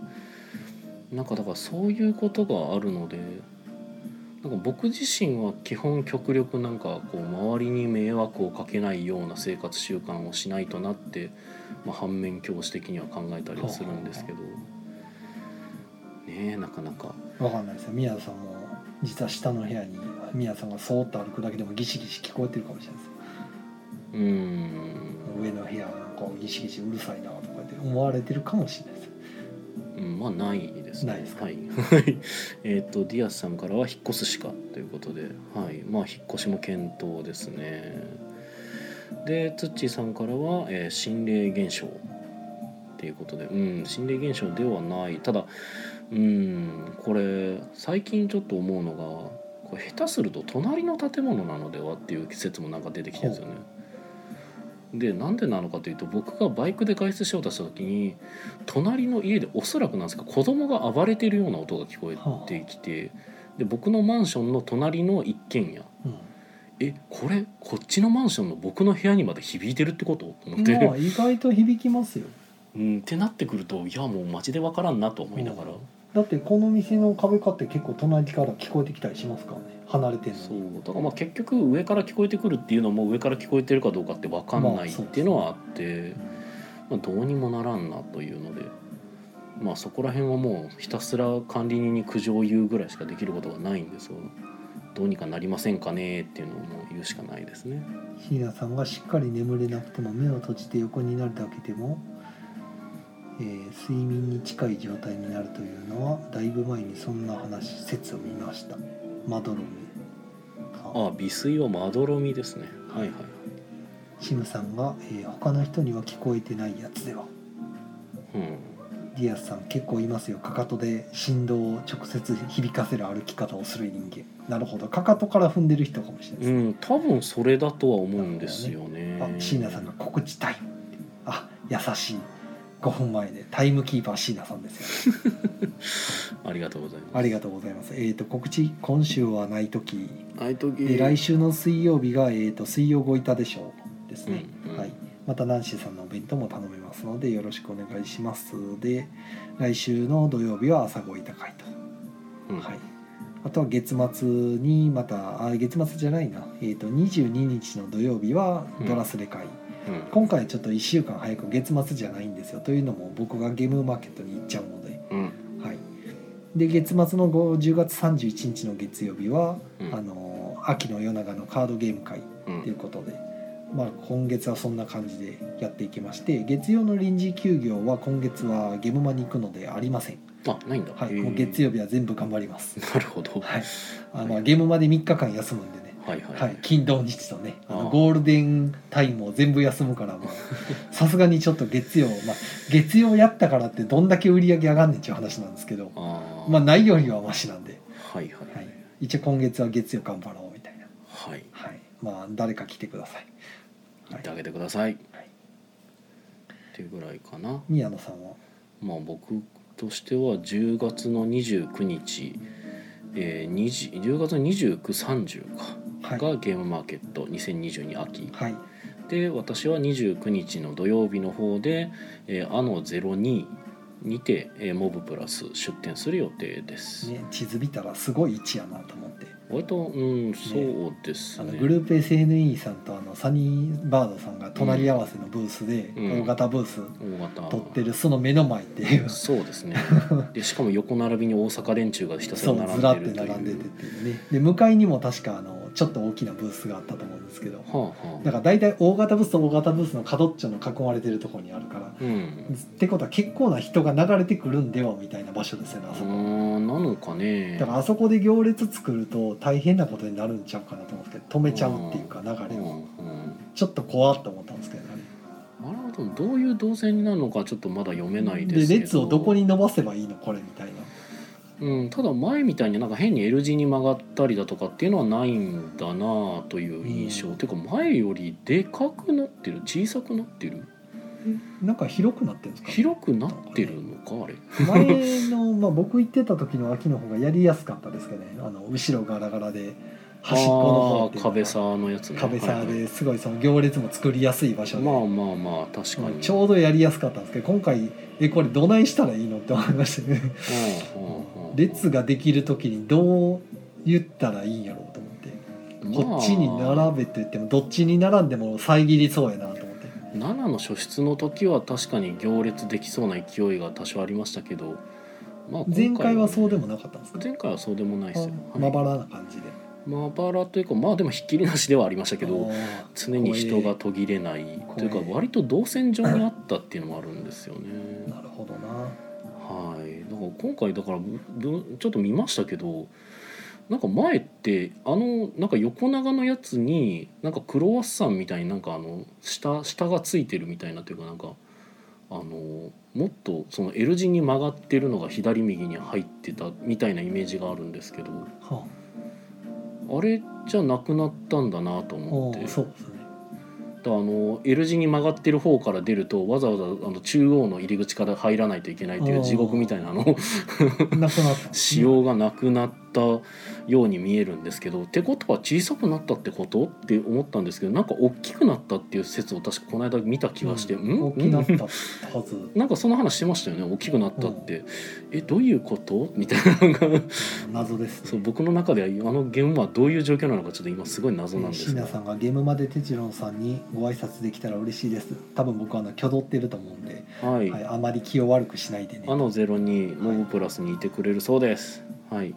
なんかだからそういうことがあるのでなんか僕自身は基本極力なんかこう周りに迷惑をかけないような生活習慣をしないとなって、まあ、反面教師的には考えたりはするんですけど。ねえなかなかわかんないですよ宮田さんも実は下の部屋に宮田さんがそーっと歩くだけでもギシギシ聞こえてるかもしれないですようーん上の部屋がなんかギシギシうるさいなとかって思われてるかもしれないですようん、まあないですね。ないですかはい。 えっとディアスさんからは引っ越すしかということで、はい。まあ引っ越しも検討ですね。で、ツッチーさんからは、えー心霊現象ってっていうことで、うん、心霊現象ではないただうんこれ最近ちょっと思うのがこれ下手すると隣の建物なのではっていう説もなんか出てきてるんですよね。でなんでなのかというと僕がバイクで外出しようとした時に隣の家でおそらくなんですが子供が暴れてるような音が聞こえてきてで僕のマンションの隣の一軒家うんえこれこっちのマンションの僕の部屋にまで響いてるってことと思って、まあ意外と響きますようん、ってなってくるといやもう街でわからんなと思いながら、うんだってこの店の壁かって結構隣から聞こえてきたりしますからね離れてるのそにうだからまあ結局上から聞こえてくるっていうのも上から聞こえてるかどうかってわかんまなあいっそうていうのはあって、まあ、どうにもならんなというので。まあそこら辺はもうひたすら管理人に苦情を言うぐらいしかできることがないんですよどうにかなりませんかねっていうのをもう言うしかないですね椎名さんがしっかり眠れなくても目を閉じて横になるだけでも、えー睡眠に近い状態になるというのはだいぶ前にそんな話説を見ましたまどろみああ美水はまどろみですねはいはいシムさんが、えー他の人には聞こえてないやつではうんディアスさん結構いますよかかとで振動を直接響かせる歩き方をする人間なるほどかかとから踏んでる人かもしれないですうね、ん、多分それだとは思うんですよね。あ椎名さんが告知タイムあ優しい5分前でタイムキーパー椎名さんですよ、ね、ありがとうございます。ありがとうございますえっ、と告知今週はない時あいときで来週の水曜日が、えー、と水曜ごいたでしょうですね、うんうんはい、またナンシーさんのお弁当も頼めますのでよろしくお願いしますで来週の土曜日は朝ごいた会とうん、はい、あとは月末にまたあ月末じゃないな、えー、と22日の土曜日はドラスレ会、今回ちょっと1週間早く月末じゃないんですよというのも僕がゲームマーケットに行っちゃうので、うん、うん、はい、で月末の5 10月31日の月曜日は、うんあのー秋の夜長のカードゲーム会う、というんことで、まあ、今月はそんな感じでやっていきまして月曜の臨時休業は今月はゲームマに行くのでありません、あ、ないんだ。はい、へーもう月曜日は全部頑張りますなるほど。はい、あまあゲームまで3日間休むんでね、はい、はい、はい、金土日とねああのあゴールデンタイムを全部休むからもう さすがにちょっと月曜、まあ、月曜やったからってどんだけ売り上げ上がんねんっていう話なんですけどああ、まあないよりはマシなんで、はい、はい、はい、一応今月は月曜頑張ろうみたいな、はい、いはい、まあ誰か来てください、はいってあげてください。はいっていうぐらいかな。宮野さんはまあ、僕としては10月の29日。えー、20 10月の29、30か、はいがゲームマーケット2022秋はいで私は29日の土曜日の方で「えー、あの02」にて、えーモブプラス出店する予定です、ね地図見たらすごい位置やなと思って割とうんそうですあねのグループ SNE さんとあのサニーバードさんが隣り合わせのブースで、うん大型ブース大型撮ってるその目の前っていうそうです ねでしかも横並びに大阪連中がひたすそらうずらっ並てんでると並んでいてっうていうねで向かいにも確かあのちょっと大きなブースがあったと思うんですけどはあはだから大体大型ブースと大型ブースの角っちょの囲まれてるところにあるからあうんってことは結構な人が流れてくるんではみたいな場所ですよねああそこ、ーなのかねだからあそこで行列作ると大変なことになるんちゃうかなと思うんですけど止めちゃうっていうか流うれんをうんちょっと怖っと思ったんですけどねなるほどどういう動線になるのかちょっとまだ読めないでですけど列をどこに伸ばせばいいのこれみたいなうん、ただ前みたいになんか変に L 字に曲がったりだとかっていうのはないんだなという印象、うんていうか前よりでかくなってる小さくなってるなんか広くなってるんですか広くなってるのかあれ前の、 まあ、僕行ってた時の秋の方がやりやすかったですけどねあの後ろガラガラで端っこの方ってあーいうのが壁さのやつね壁はさいはいですごいその行列も作りやすい場所で、まあまあまあ確かうんにちょうどやりやすかったんですけど今回えこれどないしたらいいのって思いましたねうんうんうんうん列ができる時にどう言ったらいいんやろうと思ってこっちに並べて言ってもどっちに並んでも遮りそうやなと思ってまあ、7の初出の時は確かに行列できそうな勢いが多少ありましたけど、まあ、前回はねそうでもなかったんですか前回はそうでもないですよあまばらな感じでまばらというかまあでもひっきりなしではありましたけどあー常に人が途切れない怖いというか割と動線上にあったっていうのもあるんですよね。なるほどなはい、だから今回だからぶぶちょっと見ましたけどなんか前ってあのなんか横長のやつになんかクロワッサンみたいになんかあの下下がついてるみたいなというかなんかあのもっとその L 字に曲がってるのが左右に入ってたみたいなイメージがあるんですけどはあれじゃなくなったんだなとあ、思おってーそうですねだからあの L 字に曲がってる方から出るとわざわざあの中央の入り口から入らないといけないといあーう地獄みたいなのをなくなった仕様がなくなったように見えるんですけどってことは小さくなったってことって思ったんですけどなんか大きくなったっていう説を確かこの間見た気がして、うんん大きなったはずなんかその話してましたよね大きくなったって、えどういうことみたいなのが謎ですそう僕の中ではあのゲームはどういう状況なのかちょっと今すごい謎なんです椎が名さんがゲームまで哲郎さんにご挨拶できたら嬉しいです多分僕はあの挙動ってると思うんで、はい、はい、あまり気を悪くしないでねあのゼロにモブプラスにいてくれるそうです。はい、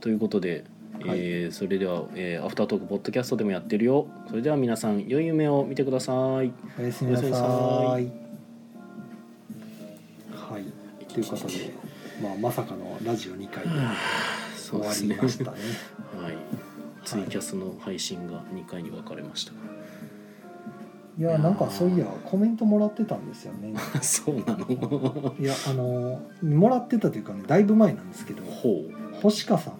ということで、はいえーそれでは、えーアフタートークポッドキャストでもやってるよ。それでは皆さん良い夢を見てください。おやすみなさおやすーいみなさはいということで、まあ、まさかのラジオ2回で そ終うでわすりね。ましたねはい、ツイキャスの配信が2回に分かれました。いやなんかそういやコメントもらってたんですよね そうなの。ほいやあのもらってたというかねだいぶ前なんですけどう、星香さん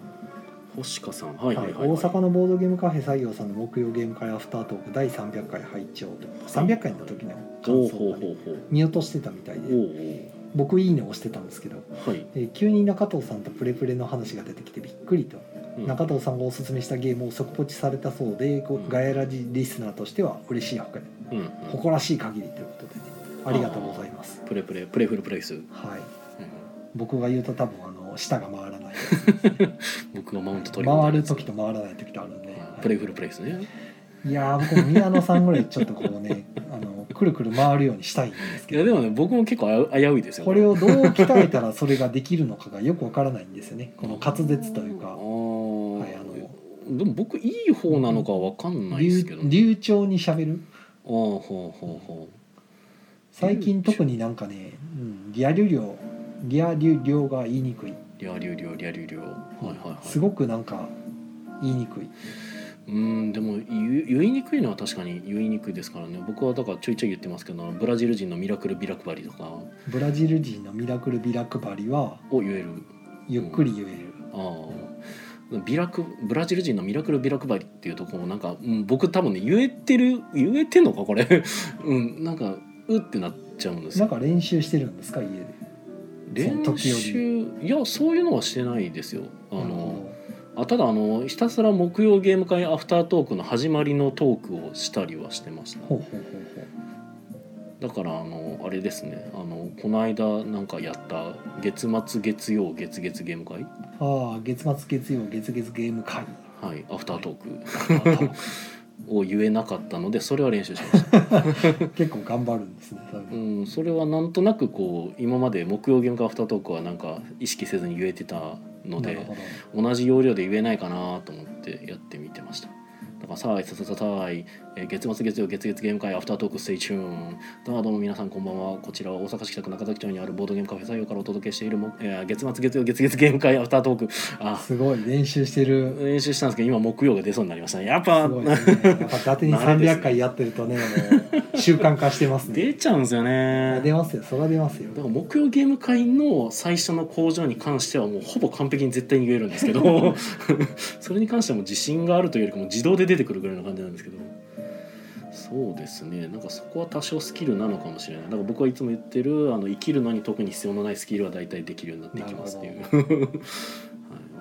星香さん、はいはいはい、はい、大阪のボードゲームカフェ採用さんの木曜ゲーム会アフタートーク第300回拝聴と300回の時のほ感うほ想うがほねうほう。見落としてたみたいおでう僕「いいね」押してたんですけど、おうはい、えー急に中藤さんとプレプレの話が出てきてびっくりと、うん中藤さんがおすすめしたゲームを即ポチされたそうで、ごうんガヤラジリスナーとしては嬉しい誇うんうん、誇らしい限りということでねありがとうございますプレプレプレフルプレイス、うん、はい僕が言うと多分あの舌 が回らない僕がマウント取り回る時と回らない時とあるんで、はいプレフルプレイスね。いやー僕も宮野さんぐらいちょっとこうねあのくるくる回るようにしたいんですいけどやでもね僕も結構危う危ういですよ、ね、これをどう鍛えたらそれができるのかがよくわからないんですよねこの滑舌というあか、ー、はい、あのでも僕いい方なのかわかんないです流けど、ね、流暢にしゃべるああほうほうほ最近特になんかね、うん、リア流量リア流量が言いにくい、うリャリュリョリャリュリョはいはいはいすごくなんか言いにくい、うんでも言言いにくいのは確かに言いにくいですからね僕はだからちょいちょい言ってますけどブラジル人のミラクルビラ配りとかブラジル人のミラクルビラ配りはを言えるゆっくり言える、ああビラクブラジル人のミラクルビラ配りっていうとこもなんか、うん、僕多分ね言えてる言えてんのかこれ うんなんかうってなっちゃうんですよなんか練習してるんですか家でその練時よ習いやそういうのはしてないですよあなるのほあただあのひたすら木曜ゲーム会アフタートークの始まりのトークをしたりはしてましたどほうほうほうほうだからあのあれですねあのこの間なんかやった月末月曜月月ゲーム会ああ月末月曜月月ゲーム会はいアフタートーク結を言えなかったのでそれは練習し ました構頑張るんですねそういううのんそれはなんとなくこう今まで木曜ゲーム会アフタートークはなんか意識せずに言えてたのなでるほど同じ要領で言えないかなと思ってやってみてましただからさあいささささあい、えー月末月曜月月ゲーム会アフタートークステイチューンどうもどうも皆さんこんばんはこちらは大阪市北区中崎町にあるボードゲームカフェ採用からお届けしているも、えー月末月曜月月ゲーム会アフタートークあすごい練習してる練習したんですけど今木曜が出そうになりましたねやっすぱごいですねやっぱ伊達に慣れです300ね回やってるとねもう習慣化してま す出ねちゃうん ですよね出ますよそれは出ますよだから木曜ゲーム会の最初の工場に関してはもうほぼ完璧に絶対に言えるんですけ どそれに関してはもう自信があるというよりかもう自動で出てくるぐらいの感じなんですけどそうですねなんかそこは多少スキルなのかもしれないだから僕はいつも言ってるあの生きるのに特に必要のないスキルは大体できるようになっていきますっていう、なはい、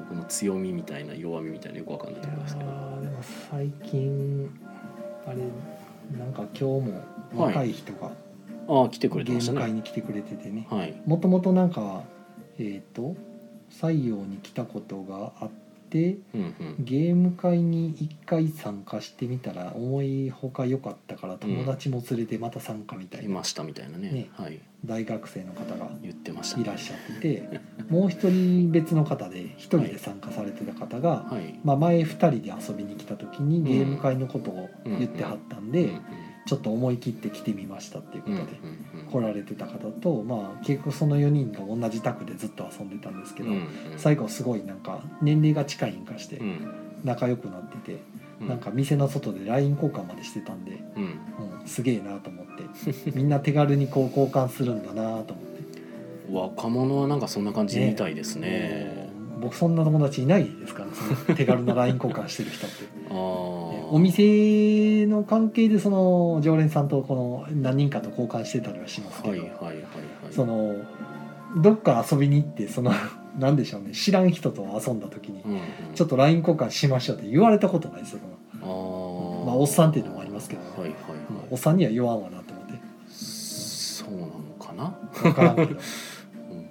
僕の強みみたいな弱みみたいなよくわかんないところですけどあーでも最近あれなんか今日も若い人がああ来てくれてゲましたーム会ねに来てくれててねはいもともとなんかえっと採用に来たことがあってうんうんゲーム会に1回参加してみたら思いほか良かったから友達も連れてまた参加みたいいなましたみたいなねねはい大学生の方が言ってましたいねらっしゃっててもう一人別の方で1人で参加されてた方が、はいまあ、前2人で遊びに来た時にゲーム会のことを言ってはったんうんうでんちょっと思い切って来てみましたっていうこうんとうんで、うん来られてた方と、まあ、結局その4人が同じ宅でずっと遊んでたんですけど、うんうん最後すごいなんか年齢が近いんかしてうん仲良くなってて、うなんか店の外で LINE 交換までしてたんで、うんうん、すげえなと思って みんな手軽にこう交換するんだなと思って。若者はなんかそんな感じみたいですねもう僕そんな友達いないですからその手軽な LINE 交換してる人って、 ああねお店の関係でその常連さんとこの何人かと交換してたりはしますけはいど、はいはいはいそのどっか遊びに行ってその なんでしょうね知らん人と遊んだ時にうんうん「ちょっと LINE 交換しましょう」って言われたことないですよ、あーまあおっさんっていうのもありますけどねはいはいはいまあおっさんには言わんわなと思ってそうなのかな分からんけど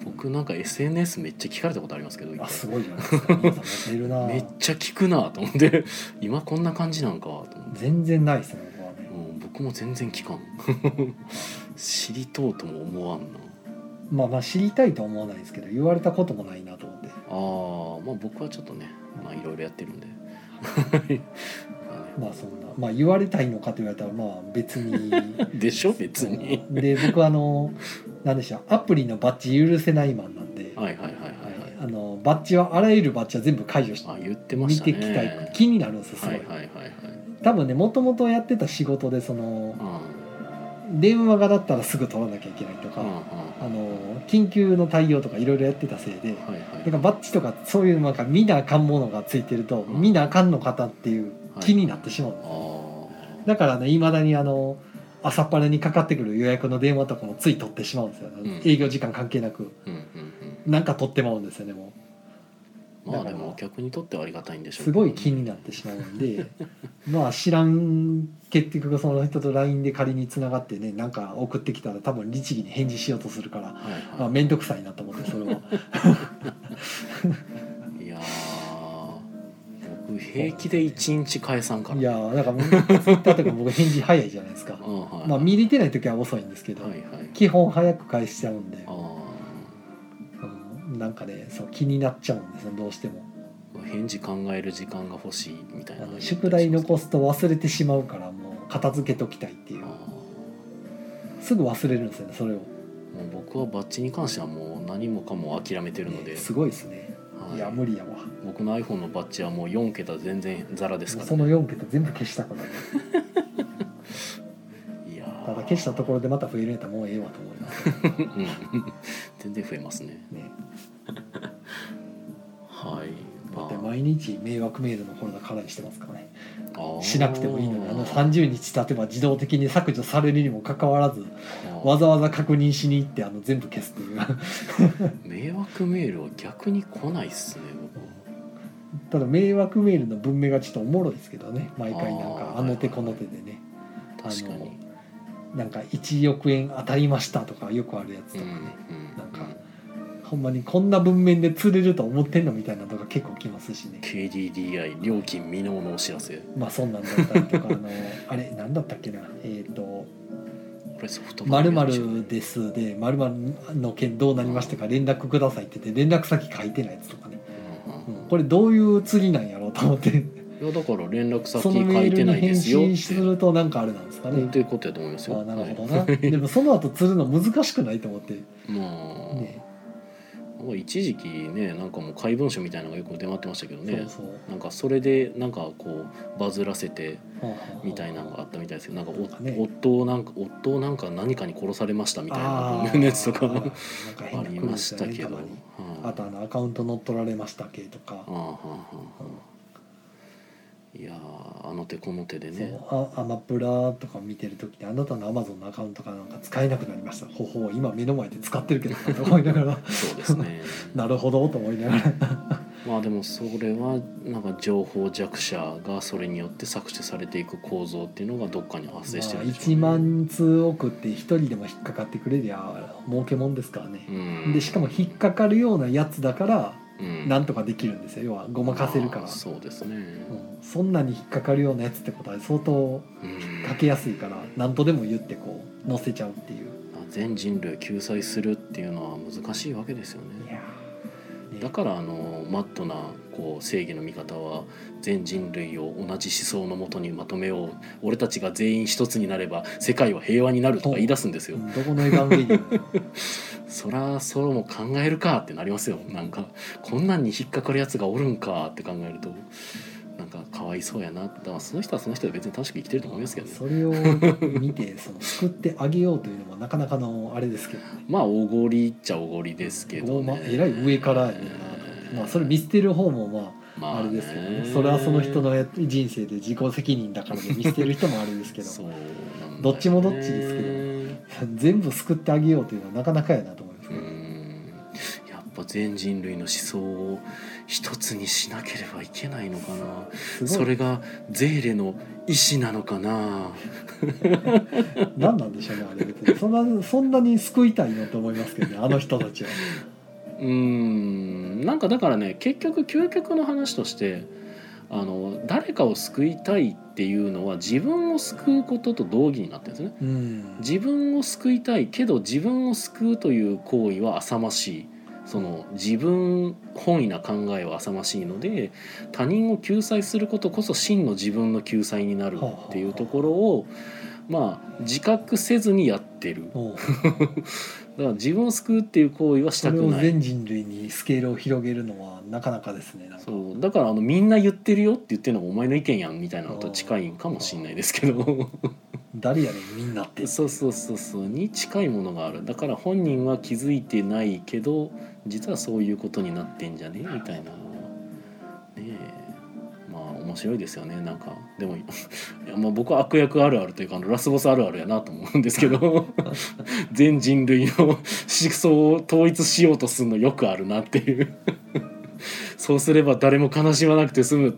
僕なんか SNS めっちゃ聞かれたことありますけどあすごいじゃないですか皆さん持ってるなめっちゃ聞くなと思って 今こんな感じなんかと思って全然ないですね僕はねうん僕も全然聞かん 知りとうとも思わんなまあまあ知りたいとは思わないですけど言われたこともないなと思ってあーまあ僕はちょっとねまあいろいろやってるんで まあそんなまあ言われたいのかと言われたらまあ別にでしょ別にで僕はあの何でしょうアプリのバッジ許せないマンなんで、はいはいはいはいはいあのバッジはあらゆるバッジは全部解除してあ言ってま見したてねきたい気になるんですよすご、はいいはいはいはい多分ねもともとやってた仕事でそのうん電話がだったらすぐ取らなきゃいけないとか、うんうんあの緊急の対応とかいろいろやってたせいではいはいなんかバッジとかそういうなんか見なあかんものがついてると、うん見なあかんの方っていう気になってしまうんです、あーだからねいまだにあの朝っぱらにかかってくる予約の電話とかもつい取ってしまうんですよ、ん営業時間関係なくうんうんうんなんか取ってまうんですよねもまあだかでらもお客にとってはありがたいんでしうょうすごい気になってしまうん でまあ知らん結局その人と LINE で仮に繋がってねなんか送ってきたら多分律儀に返事しようとするから、はいはいまあ、面倒くさいなと思ってそれはいやー僕平気で一日返さんからいやーだから Twitter とか僕返事早いじゃな いですかう、んはいまあ見れてない時は遅いんですけど、はいはい基本早く返しちゃうんで、あうんなんかねそう気になっちゃうんですよどうしても。ー返事考える時間が欲しいみたいあなの宿題残すすと忘れてしまうからもう片付けときたいっていうすぐ忘れるんですよねそれを、もう僕はバッジに関してはもう何もかも諦めてるので、ねすごいですね、はいい、や無理やわ僕の iPhone のバッジはもう4桁全然ザラですかそら、の4桁全部消したから、いやーただ消したところでまた増えるんやったらもうええわと思います、うん 全然増えますねね、はいだまって毎日迷惑メールのフォルダ空にしてますからねああーしなくてもいいのにあの30日経てば自動的に削除されるにもかかわらずあーわざわざ確認しに行ってあの全部消すっていう 迷惑メールは逆に来ないっすねただ迷惑メールの文明がちょっとおもろいですけどね毎回なんあかーあの手この手でね僕確かになんか1億円当たりましたとかよくあるやつうとんかね、うんなんかほんまにこんな文面で釣れると思ってんのみたいなとか結構きますしね KDDI 料金未納のお知らせまあそんなんだったりとかあの あれなんだったっけなえっ、とこれソフ「トまバンクのるです」で「まるの件どうなりましたか連絡ください」って言って連絡先書いてないやつとかね、ううんうんんこれどういう釣りなんやろうと思っていやだから連絡先そのメ書いールてにないで返すよっ信すてるとなんかあれなんですかっねていうことやと思います あよあなるほどはなでもその後釣るの難しくないと思っていまあ、ねなんか一時期ねなんかもう怪文書みたいなのがよく出回ってましたけどねそうそうなんかそれでなんかこうバズらせてはあはあはあみたいなのがあったみたいですけどなんかおなんかね夫をなんか夫をなんか何かに殺されましたみたいあなー文のやつとかな んあか変なりましたけど、来るんですよねたまにはいあとあのアカウント乗っ取られました系とか、ああはんはんはいやーあの手この手でねそうあアマプラとか見てる時にあなたのアマゾンのアカウントがなんか使えなくなりましたほほう今目の前で使ってるけどと思いながら そうですねなるほどと思いながらまあでもそれはなんか情報弱者がそれによって搾取されていく構造っていうのがどっかに発生してるんでしょう1万通送って1人でも引っかかってくれりゃ儲けもんですからね、うんでしかも引っかかるようなやつだからうんなんとかできるんですよ要はごまかせるかあらー、そうですねうんそんなに引っかかるようなやつってことは相当うんかけやすいから何とでも言ってこう載せちゃうっていうまあ全人類救済するっていうのは難しいわけですよいねやーねだからあのマットなこう正義の味方は全人類を同じ思想のもとにまとめよう俺たちが全員一つになれば世界は平和になるとか言い出すんですうよ。んどこのエヴァンゲリオ ンもそらそうも考えるかってなりますよなんかこんなんに引っかかるやつがおるんかって考えるとなんかかわいそうやなだからその人はその人で別に楽しく生きてると思いますけどねそれを見てその救ってあげようというのもなかなかのあれですけどねまあおごりっちゃおごりですけど、おまねあ、えらい上からやなと思ってまあそれ見捨てる方もままああれですけどねねそれはその人のや人生で自己責任だからで見捨てる人もあれですけどそうなんだよねどっちもどっちですけど全部救ってあげようというのはなかなかやなと思いますうね、んやっぱ全人類の思想を一つにしなければいけないのかなすごいそれがゼーレの意志なのかな何なんでしょうねあれ別にそんなそんなに救いたいのと思いますけどねあの人たちはうーんなんかだからね結局究極の話としてあの誰かを救いたいっていうのは自分を救うことと同義になってるんですねうん自分を救いたいけど自分を救うという行為は浅ましいその自分本位な考えは浅ましいので他人を救済することこそ真の自分の救済になるっていうところをまあ自覚せずにやってるだかもうら自分を救うっていう行為はしそたれくをない全人類にスケールを広げるのはなかなかですねなんかそうだからあのみんな言ってるよって言ってるのがお前の意見やんみたいなのと近いんかもしれないですけど誰やねんみんなってそうそうそうそうに近いものがあるだから本人は気づいてないけど実はそういうことになってんじゃねみたいなねえまあ面白いですよねなんかでも いや、まあ、僕は悪役あるあるというかあのラスボスあるあるやなと思うんですけ ど全人類の思想を統一しようとするのよくあるなっていうそうすれば誰も悲しまなくて済む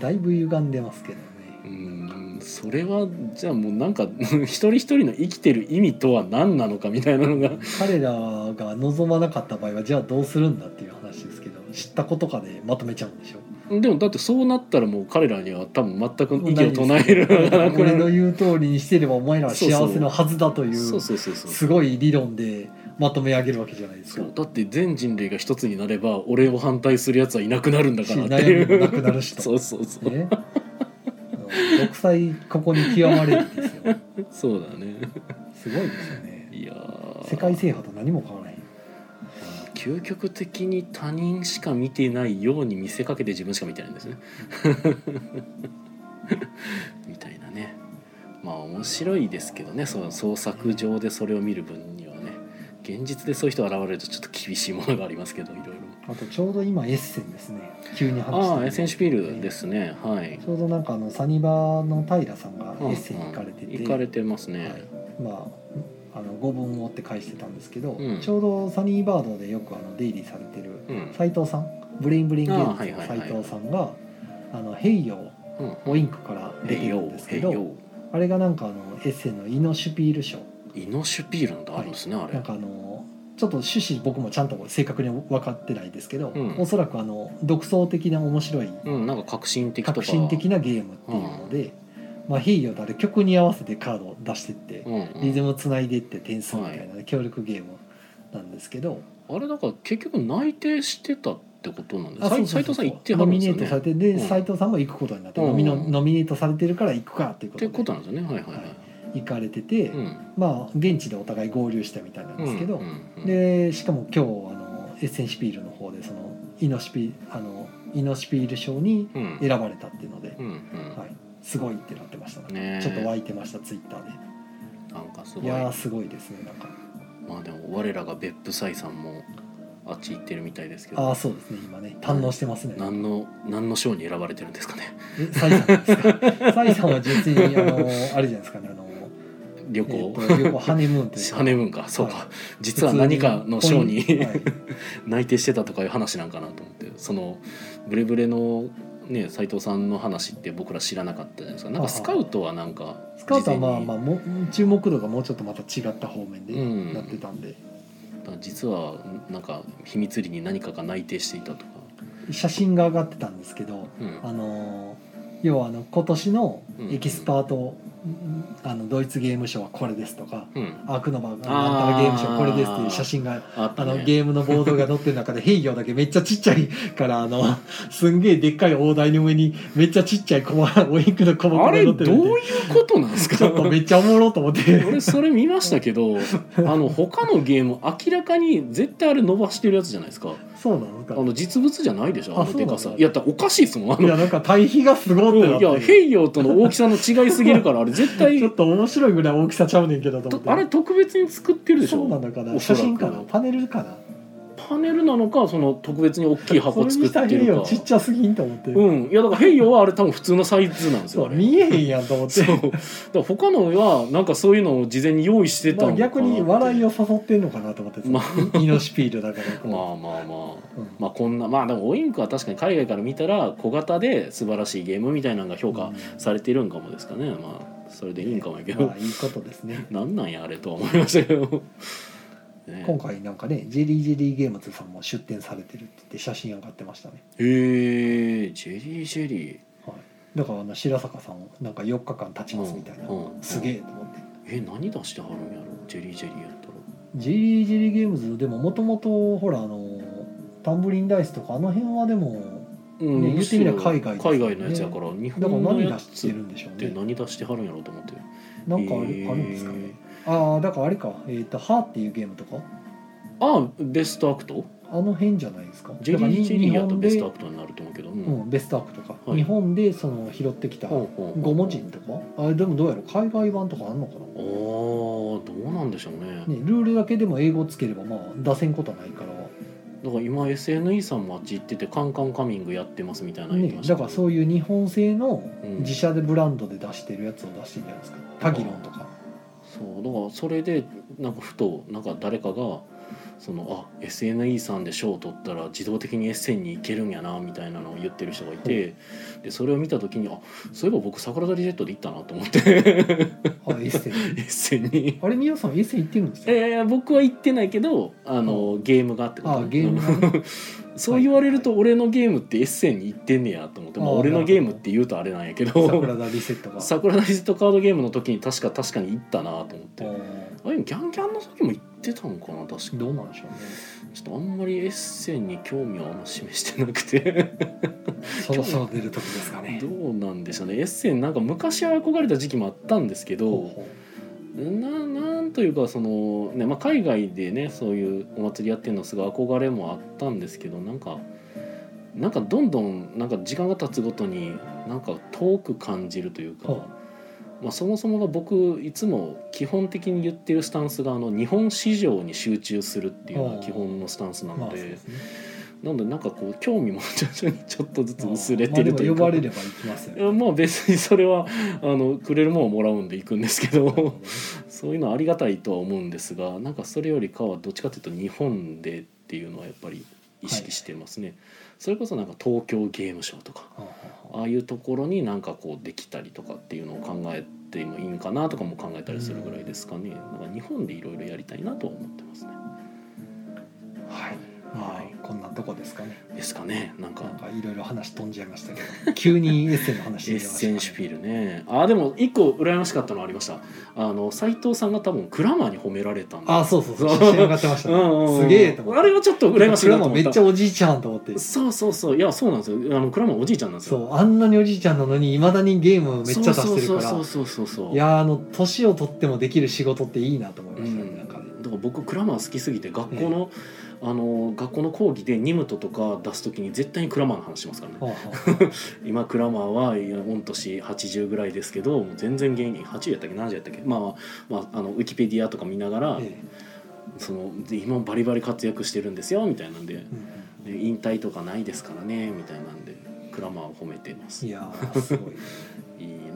だいぶ歪んでますけどねうーんそれはじゃあもうなんか 一人一人の生きてる意味とは何なのかみたいなのが彼らが望まなかった場合はじゃあどうするんだっていう話ですけど知ったことかでまとめちゃうんでしょでもだってそうなったらもう彼らには多分全く意見を唱えるのがなくな俺のる言う通りにしてればお前らは幸せのはずだといそううそうそうそうすごい理論でまとめ上げるわけじゃないですそかうだって全人類が一つになれば俺を反対するやつはいなくなるんだしからってい 悩みもなくうなるし とそうそうそう、ね、うん独裁ここに極まれるんですよそうだねすごいですよねいやー世界制覇と何も変わらへん究極的に他人しか見てないように見せかけて自分しか見てないん ですね。みたいなねまあ面白いですけどねその創作上でそれを見る分にはね現実でそういう人現れるとちょっと厳しいものがありますけどいろいろ。あとちょうど今エッセンですね急に話してああエッセンシュピールですねはい。ちょうどなんかあのサニバの平さんがうエんうんッセンに行かれてて、行かれてますね。はい、まああの五文をって返してたんですけど、うんちょうどサニーバードでよくあの出入りされてるうん斉藤さん、ブレインブレインゲームあはいのはいはい斉藤さんが「あのヘイヨーうん。をインクから出てえるよんですえけど、よあれがなんかあのエッセンの「イノシュピール賞イノシュピールなんてあるんですね、あなんれ。かあのちょっと趣旨僕もちゃんと正確に分かってないですけど、うんおそらくあの独創的な面白いうんなんか革新的とか。革新的なゲームっていうので、まあ、ヘイヨーとあれ曲に合わせてカードを出してって、うんうんリズムつないでいって点数みたいな、協力ゲームなんですけどあれだから結局内定してたってことなんであすそう斎そ斉藤うそうそさうん行ってはノるんミですネよートされね。てでうん斎藤さんも行くことになって、うんノミノノミネートされてるから行くかっていっうことてでことなんですよねはいはいはい。行かれてて、うんまあ現地でお互い合流したみたいなんですけど、うんうんうんでしかも今日あのエッセンシュピールの方でそのイノシュピあのイノシュピール賞にうん選ばれたっていうので、うんはうい、すごいってなってましたねんねえちょっと湧いてましたツイッターで。なんかすいごいやーすごいですねなんかまあでも我らが別府斎さんもあっち行ってるみたいですけああどそうですね今ね堪能してますね何の何の賞に選ばれてるんですかねえサイさんです かサイさんは純粋にあのあれじゃないですかねあの旅えー行と旅行ハネムーンという かハネムーンかそうかは実は何かの賞普通にはい内定してたとかいう話なんかなと思ってそのブレブレのね斉藤さんの話って僕ら知らなかったじゃないですかなんかスカウトはなんかスカウトはま事前あにまあも注目度がもうちょっとまた違った方面うんでなってたんで、実はなんか秘密裏に何かが内定していたとか、写真が上がってたんですけどうんあのー要はあの今年のエキスパートあのドイツゲーム賞はこれですとかうん、アークノバーがあーなんたらゲーム賞これですっていう写真があったあねのゲームのボードが載ってる 中で「平行」だけめっちゃちっちゃいからあのすんげえでっかい大台の上にめっちゃちっちゃいコマウインクの小箱あがれ載どうっているんでうことなんですちかょっとめっちゃおもろと思って 俺それ見ましたけどあの他のゲーム明らかに絶対あれ伸ばしてるやつじゃないですかそうなのあかの実物じゃないでしょああのそうなでんだかさいやだからおかしいっすもんあいのやなんか対比がすごいってうなんっいやてる平洋との大きさの違いすぎるからあれ絶対ちょっと面白いぐらい大きさちゃうねんけどとと思ってあれ特別に作ってるでしそうなょのかおなそら写く真かなパネルかなパネルなのかその特別に大きい箱作それっにしてたら平る洋かちっちゃすぎんと思って、うんいやだから平洋はあれ多分普通のサイズなんですそよあうれ見えへんやんと思っそてうだから他のはなんかそういうのを事前に用意してたまのかあ、な逆に笑いをを誘ってんのかなと思って、まイイノシピールだからこうまあまあまあうんまあこんなまあでもオインクは確かに海外から見たら小型で素晴らしいゲームみたいなのが評価されてるんかもですかねまあそれでいいんかもやけどまあいいことですねなんなんやあれとは思いましたけどね今回なんかねジェリージェリーゲームズさんも出展されてるって言って写真上がってましたね、へえジェリージェリーはい、だからあの白坂さんをなんか4日間経ちますみたいな、うんうんすげえと思ってえ何出してはるんやろジェリージェリーやったらジェリージェリーゲームズでももともとほらあのタンブリンダイスとかあの辺はでもうんねむしろ言ってみれば海外ですよね海外のやつやから日だから本の何や出してつっるんでしょうてね何出してはるんやろうと思ってなんかある,、えーあるんですかねああだからあれか「えー、とハーっていうゲームとかあベストアクトあの辺じゃないですかジェリージェリーやったらベストアククトになると思うけどううんん、ベストアクとか、はい日本でその拾ってきたほう五ほう文字とかあれでもどうやろ海外版とかあんのかな、あーどうなんでしょうねね、ルールだけでも英語つければまあ出せんことはないから、だから今 SNE さんもあっち行っててカンカンカミングやってますみたいなの言ってねま、しただけかどらそういう日本製のうん自社でブランドで出してるやつを出してるじゃないですか、タギロン とかそうだからそれでなんかふとなんか誰かがそのあ SNE さんで賞を取ったら自動的にエッセンに行けるんやなみたいなのを言ってる人がいてでそれを見た時にあそういえば僕桜田リジェットで行ったなと思ってあエッセイエッセン に。あれ皆さんエッセイ行ってるんですいよ、やいや僕は行ってないけどあのゲームがってことあゲームが ねそう言われると俺のゲームってエッセンに行ってんねやと思って、まあ、あー俺のゲームって言うとあれなんやけど桜田リセットが桜田リジェットカードゲームの時に確か確かに行ったなと思ってあーあでもギャンギャンの時も行ってたのかな確かどうなんでしょうねちょっとあんまりエッセンに興味はあんま示してなく てそろそろ出る時ですかねどうなんでしょうねエッセンなんか昔は憧れた時期もあったんですけほどうほうななんというかその、ねまあ、海外でねそういうお祭りやってるのすごい憧れもあったんですけどなんかなんかどんどんなんか時間が経つごとになんか遠く感じるというか。はまあ、そもそもが僕いつも基本的に言ってるスタンスがあの日本市場に集中するっていうのが基本のスタンスなまのあそうでで、すねなのでなんかこう興味も徐々にちょっとずつ薄れまてあでるもという呼ばかれれば行きますよ、いやまあ別にそれはあのくれるもんをもらうんで行くんですけなるほどどねそういうのはありがたいとは思うんですがなんかそれよりかはどっちかというと日本でっていうのはやっぱり意識してますね。それこそなんか東京ゲームショウとかはあはあはああいうところになんかこうできたりとかっていうのを考えてもいいんかなとかも考えたりするぐらいですかね、なんか日本でいろいろやりたいなとは思ってますねあはい、まはいあ、こんなとこですかねですかねなんかなんかいろいろ話飛んじゃいましたけど急にエッセンの話エにッ出ましたセねンシュピールねあーでも一個羨ましかったのありましたあの斎藤さんが多分クラマーに褒められたんだあそうそうそう写真上がってました、ね、うんうんうんすげえと思ってあれはちょっと羨ましいなと思クラマっめたっちゃおじいちゃんと思ってそうそうそういやそうなんですよあのクラマーおじいちゃんなんですそようあんなにおじいちゃんなのにいまだにゲームをめっちゃ出してるからそうそうそうそうそうそういやーあの年を取ってもできる仕事っていいなと思いましたね、な んかねだから僕クラマー好きすぎて学校の,、あの学校の講義でニムトとか出す時に絶対にクラマーの話しますからねはあは今クラマーはいや御年80ぐらいですけどもう全然現役80やったっけ70やったっけまあ、まあ、あのウィキペディアとか見ながらあ、えその今もバリバリ活躍してるんですよみたいなんでえうんで引退とかないですからねみたいなんでクラマーを褒めてますいいいやーすごい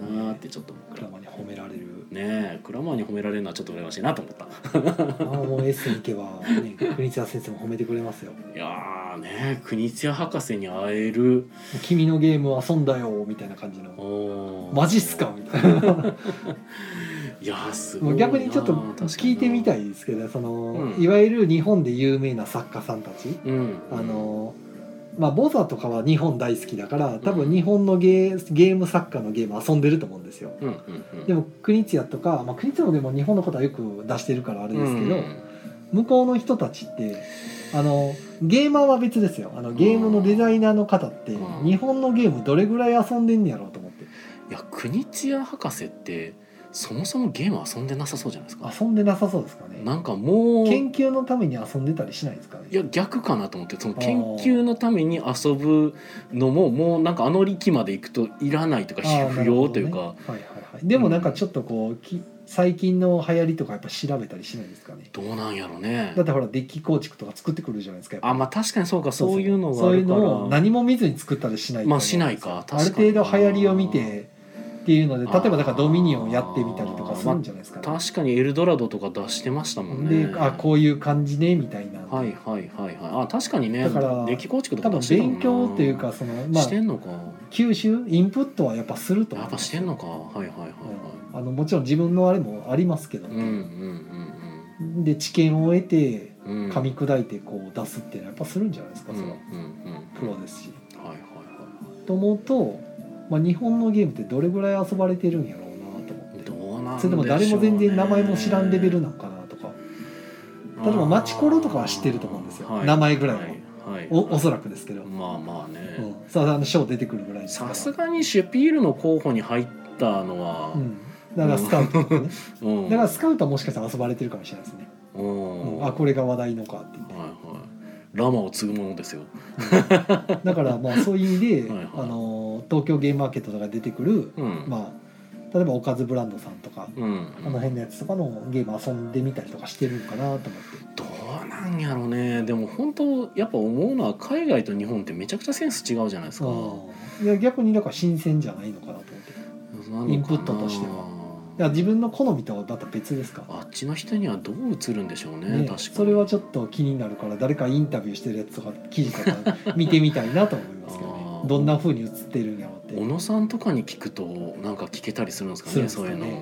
なーってちょっとクラマに褒められるねえクラマーに褒められるのはちょっと羨ましいなと思ったああもう S に行けば、ね、国津田先生も褒めてくれますよいやーね国津屋博士に会える「君のゲーム遊んだよ」みたいな感じの「ママジっすか?」みたいないやーすごもいうな逆にちょっと聞いてみたい、いですけどその、うんいわゆる日本で有名な作家さんたち、うん、あのまあ、ボザとかは日本大好きだから多う分ん日本のゲーゲーム作家のゲーム遊んでると思うんですようんうんうんでも国津屋とか、まあ、国津屋もでも日本のことはよく出してるからあれですけど、うん向こうの人たちってあのゲーマーは別ですよあのゲームのデザイナーの方ってうん日本のゲームどれぐらい遊んでんねやろうと思っていや国津屋博士ってそもそもゲーム遊んでなさそうじゃないですか遊んでなさそうですかねなんかもう研究のために遊んでたりしないですかねいや逆かなと思ってそのあー研究のために遊ぶのももうなんかあの力まで行くといらないとかあー不要というなるかほどねはいはいはい、でもなんかちょっとこう、き最近の流行りとかやっぱ調べたりしないですかねどうなんやろねだってほらデッキ構築とか作ってくるじゃないですかやっぱあまあ確かにそうかそういうのがそうあいうるかのをら何も見ずに作ったりしないまあしないかある確かに程度流行りを見てっていうので例えばだからドミニオンやってみたりあとーかするんじゃないですか、ね確かに「エルドラド」とか出してましたもんねであこういう感じねみたいな、はいはいはいはいあ確かにねだからデッキ構築と多か分出してたもん勉な強というかそのまあしてんのか吸収インプットはやっぱすると思やいっぱましすてんのかはいはいはいはうんあのもちろん自分のあれもありますけど、いうんうんで知見を得てうんうんうん噛み砕いてこう出すっていうのはやっぱするんじゃないですか、うんうそんれはうんプロですし。はいはいはいと思うと、まあ、日本のゲームってどれぐらい遊ばれてるんやろうなと思ってどうなんそれでも誰も全然名前も知らんレベルなんかなとか例えばマチコロとかは知ってると思うんですよ名前ぐらいはは、はいおおそらくですけど、まあまあね、うん、さあの賞出てくるぐらいですからさすがにシュピールの候補に入ったのは、うん、だからスカウトとかねうんだからスカウトはもしかしたら遊ばれてるかもしれないですね、うんうんあこれが話題のかって言ってはいはいラマを継ぐものですよだからまあそういう意味 ではいはいあの東京ゲームマーケットとかで出てくる、うんまあ、例えばおかずブランドさんとか、うんあの辺のやつとかのゲーム遊んでみたりとかしてるんかなと思ってどうなんやろうねでも本当やっぱ思うのは海外と日本ってめちゃくちゃセンス違うじゃないですかうんいや逆にだから新鮮じゃないのかなと思っていなのかなインプットとしてや自分の好みとはまた別ですからあっちの人にはどう映るんでしょうね確ねかにそれはちょっと気になるから誰かインタビューしてるやつとか記事とか見てみたいなと思いますけどあーねどんな風に映ってるんやろうって小野さんとかに聞くとなんか聞けたりするんですかねすそうるいうんでの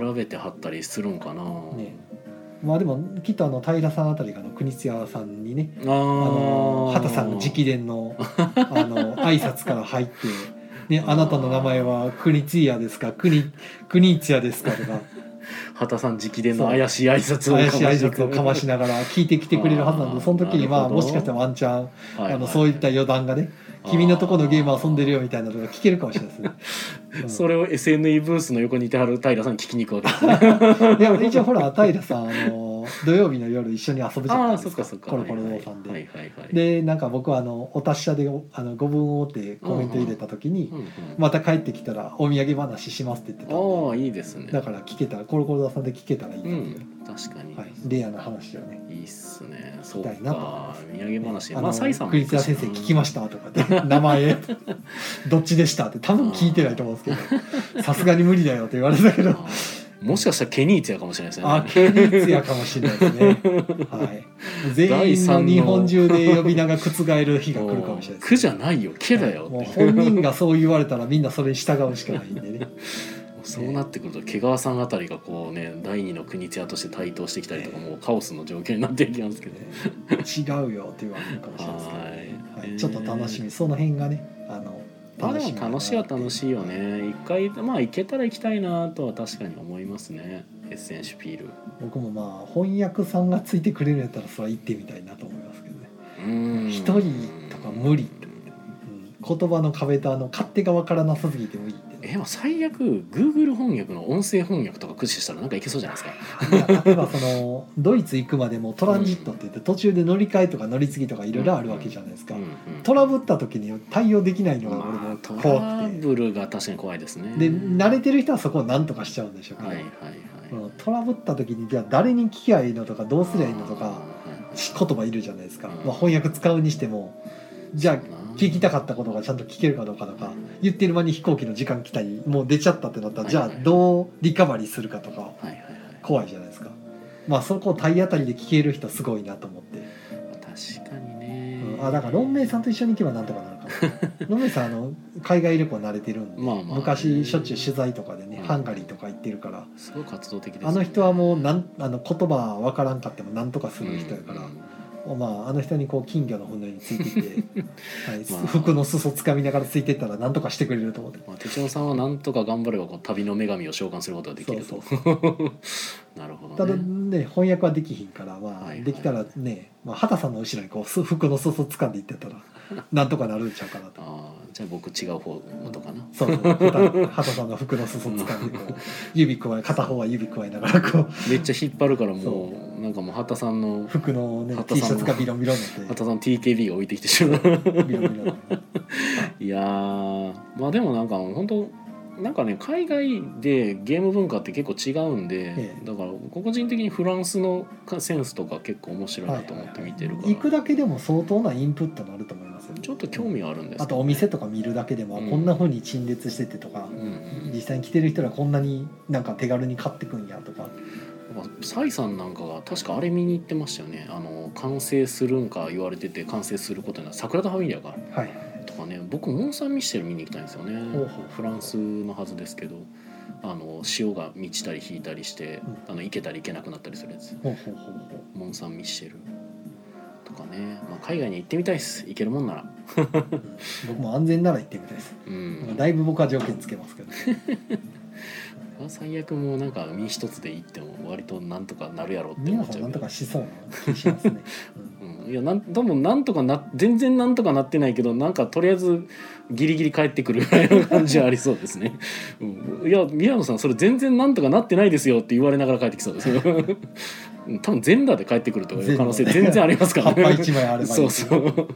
調べてはったりするんかな、ねまあでもきっとあの平さんあたりがあの国津屋さんにねああのー畑さんの直伝のあの挨拶から入って、ね「あなたの名前は国津屋ですか国国津屋ですか」とか畑さん直伝の怪しい挨拶を怪しい挨拶をかましなながら聞いてきてくれるはずなんあーでその時にまなあるほどもしかしたらワンチャンい、あのそういった余談がね「君のとこのゲーム遊んでるよ、よ」みたいなのが聞けるかもしれ ないですそね。れを SNE ブースの横にいてはる平さんに聞きに行くわけですね うん、いや一応ほら平さんあの土曜日の夜一緒に遊ぶじゃあなあいそでっすかかそっかコロコロ堂さんで。はいはいはい、でなんか僕はあのお達者であの5分をってコメント入れた時に、うんうんまた帰ってきたらお土産話しますって言ってたんああいいですねでだから聞けたらコロコロさんで聞けたらいいなうっていう、ん確かに、はいい、レアな話をねいっすねそうきかたいなと思います土産話あまあのサイさんも栗田先生聞きましたとかって 名前どっちでしたって多分聞いてないと思うんですけどさすがに無理だよって言われた けどあーもしかしたらケニーツやかもしれないですねあケニーツやかもしれないですね、はい、全員の日本中で呼び名が覆る日が来るかもしれないです苦じゃないよ毛だよってもう 本人がそう言われたらみんなそれに従うしかないんでねそうなってくると毛川さんあたりがこうね第二の国津屋として台頭してきたりとかええもうカオスの状況になっていきますけど、違うよって言われるかもしれないですけど、ははいいちょっと楽しみその辺がねあのまあでも楽しいは楽いしいよね一回まあ行けたら行きたいなとは確かに思いますねエッセンシュピール僕もまあ翻訳さんがついてくれるんやったらそれは行ってみたいなと思いますけどね、うん一人とか無理うん、言葉の壁とあの勝手が分からなさすぎてもいいってえでも最悪 Google 翻訳の音声翻訳とか駆使したらなんかいけそうじゃないですかいや例えばそのドイツ行くまでもトランジットって言って途中で乗り換えとか乗り継ぎとかいろいろあるわけじゃないですか、うんうんトラブった時に対応できないのが俺まもあト怖ラくてブルが確かに怖いですねで慣れてる人はそこを何とかしちゃうんでしょうけど、はいはいそはいのトラブった時にじゃあ誰に聞きゃいいのとかどうすりゃいいのとかし言葉いるじゃないですか、うんまあ、翻訳使うにしてもじゃあ聞きたかったことがちゃんと聞けるかどうかとか言ってる間に飛行機の時間来たりもう出ちゃったってなったらじゃあどうリカバリーするかとかはいはいはい怖いじゃないですかまあそこを体当たりで聞ける人すごいなと思って、確かにね、うんあだからロンメイさんと一緒に行けばなんとかなるか なロンメイさんあの海外旅行慣れてるんで、まあまあ昔しょっちゅう取材とかでね、うんハンガリーとか行ってるからすごい活動的です、あの人はもうなんあの言葉わからんかってもなんとかする人やから、うんまあ、あの人にこう金魚の骨についていって、 はいまあ服の裾つかみながらついていったらなんとかしてくれると思ってまあ、手帳さんはなんとか頑張ればこう旅の女神を召喚することができるとそう なるほたどだねね翻訳はできひんから、まあはいはいできたらね、まあ、畑さんの後ろにこうす服の裾つかんでいってたらなんとかなるんちゃうかなと。あーじゃあ僕違う方のことかな そうそう畑さんの服の裾つかんでこう指くわえ片方は指くわえながらこうめっちゃ引っ張るからもうなんかもう畑さんの服の、ね、畑 T さんシのャツがビロンビロンになっ畑さんの TKB が置いてきてしまうてビロンビロンになっていやーまあでもなんか本当なんかね海外でゲーム文化って結構違うんで、ええだから個人的にフランスのセンスとか結構面白いなと思って見てるから、行くだけでも相当なインプットになると思いますよちょっと興味はあるんですあとお店とか見るだけでも、うんこんな風に陳列しててとかうんうん、実際に着てる人らこんなになんか手軽に買ってくんやとかなんかサイさんなんかが確かあれ見に行ってましたよねあの完成するんか言われてて完成することになる桜田ファミリアかはいとかね僕モン・サン・ミッシェル見に行きたいんですよねほうほうフランスのはずですけどあの潮が満ちたり引いたりして、うあの行けたり行けなくなったりするやつほうほうほうほうモン・サン・ミッシェルとかね、まあ、海外に行ってみたいです行けるもんならうん僕も安全なら行ってみたいですうんだいぶ僕は条件つけますけど最悪もうなんか身一つで行っても割となんとかなるやろって思皆っさちんゃなうんけとどかしそうな気しますね、うんうん、いやなん多分なんとかな全然なんとかなってないけどなんかとりあえずギリギリ帰ってくるぐらいの感じはありそうですね、うん、いや宮野さんそれ全然なんとかなってないですよって言われながら帰ってきそうですようん多分全裸で帰ってくるとかいう可能性全然ありますから葉っぱ一枚あればいいそうそう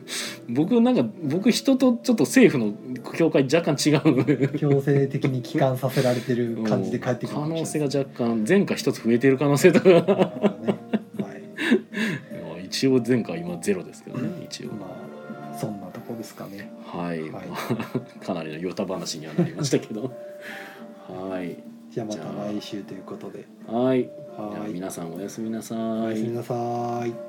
僕なんか僕人とちょっと政府の境界若干違うので強制的に帰還させられてる感じで帰ってくる可能性がが若干前科一つ増えてる可能性とか なるほどねはい一応前科は今ゼロですけどね一応まあそんなとこですかねはい、はいまあかなりのヨタ話にはなりましたけどはいじゃあまた来週ということではいじゃあはい皆さんおやすみなさおやすみなさい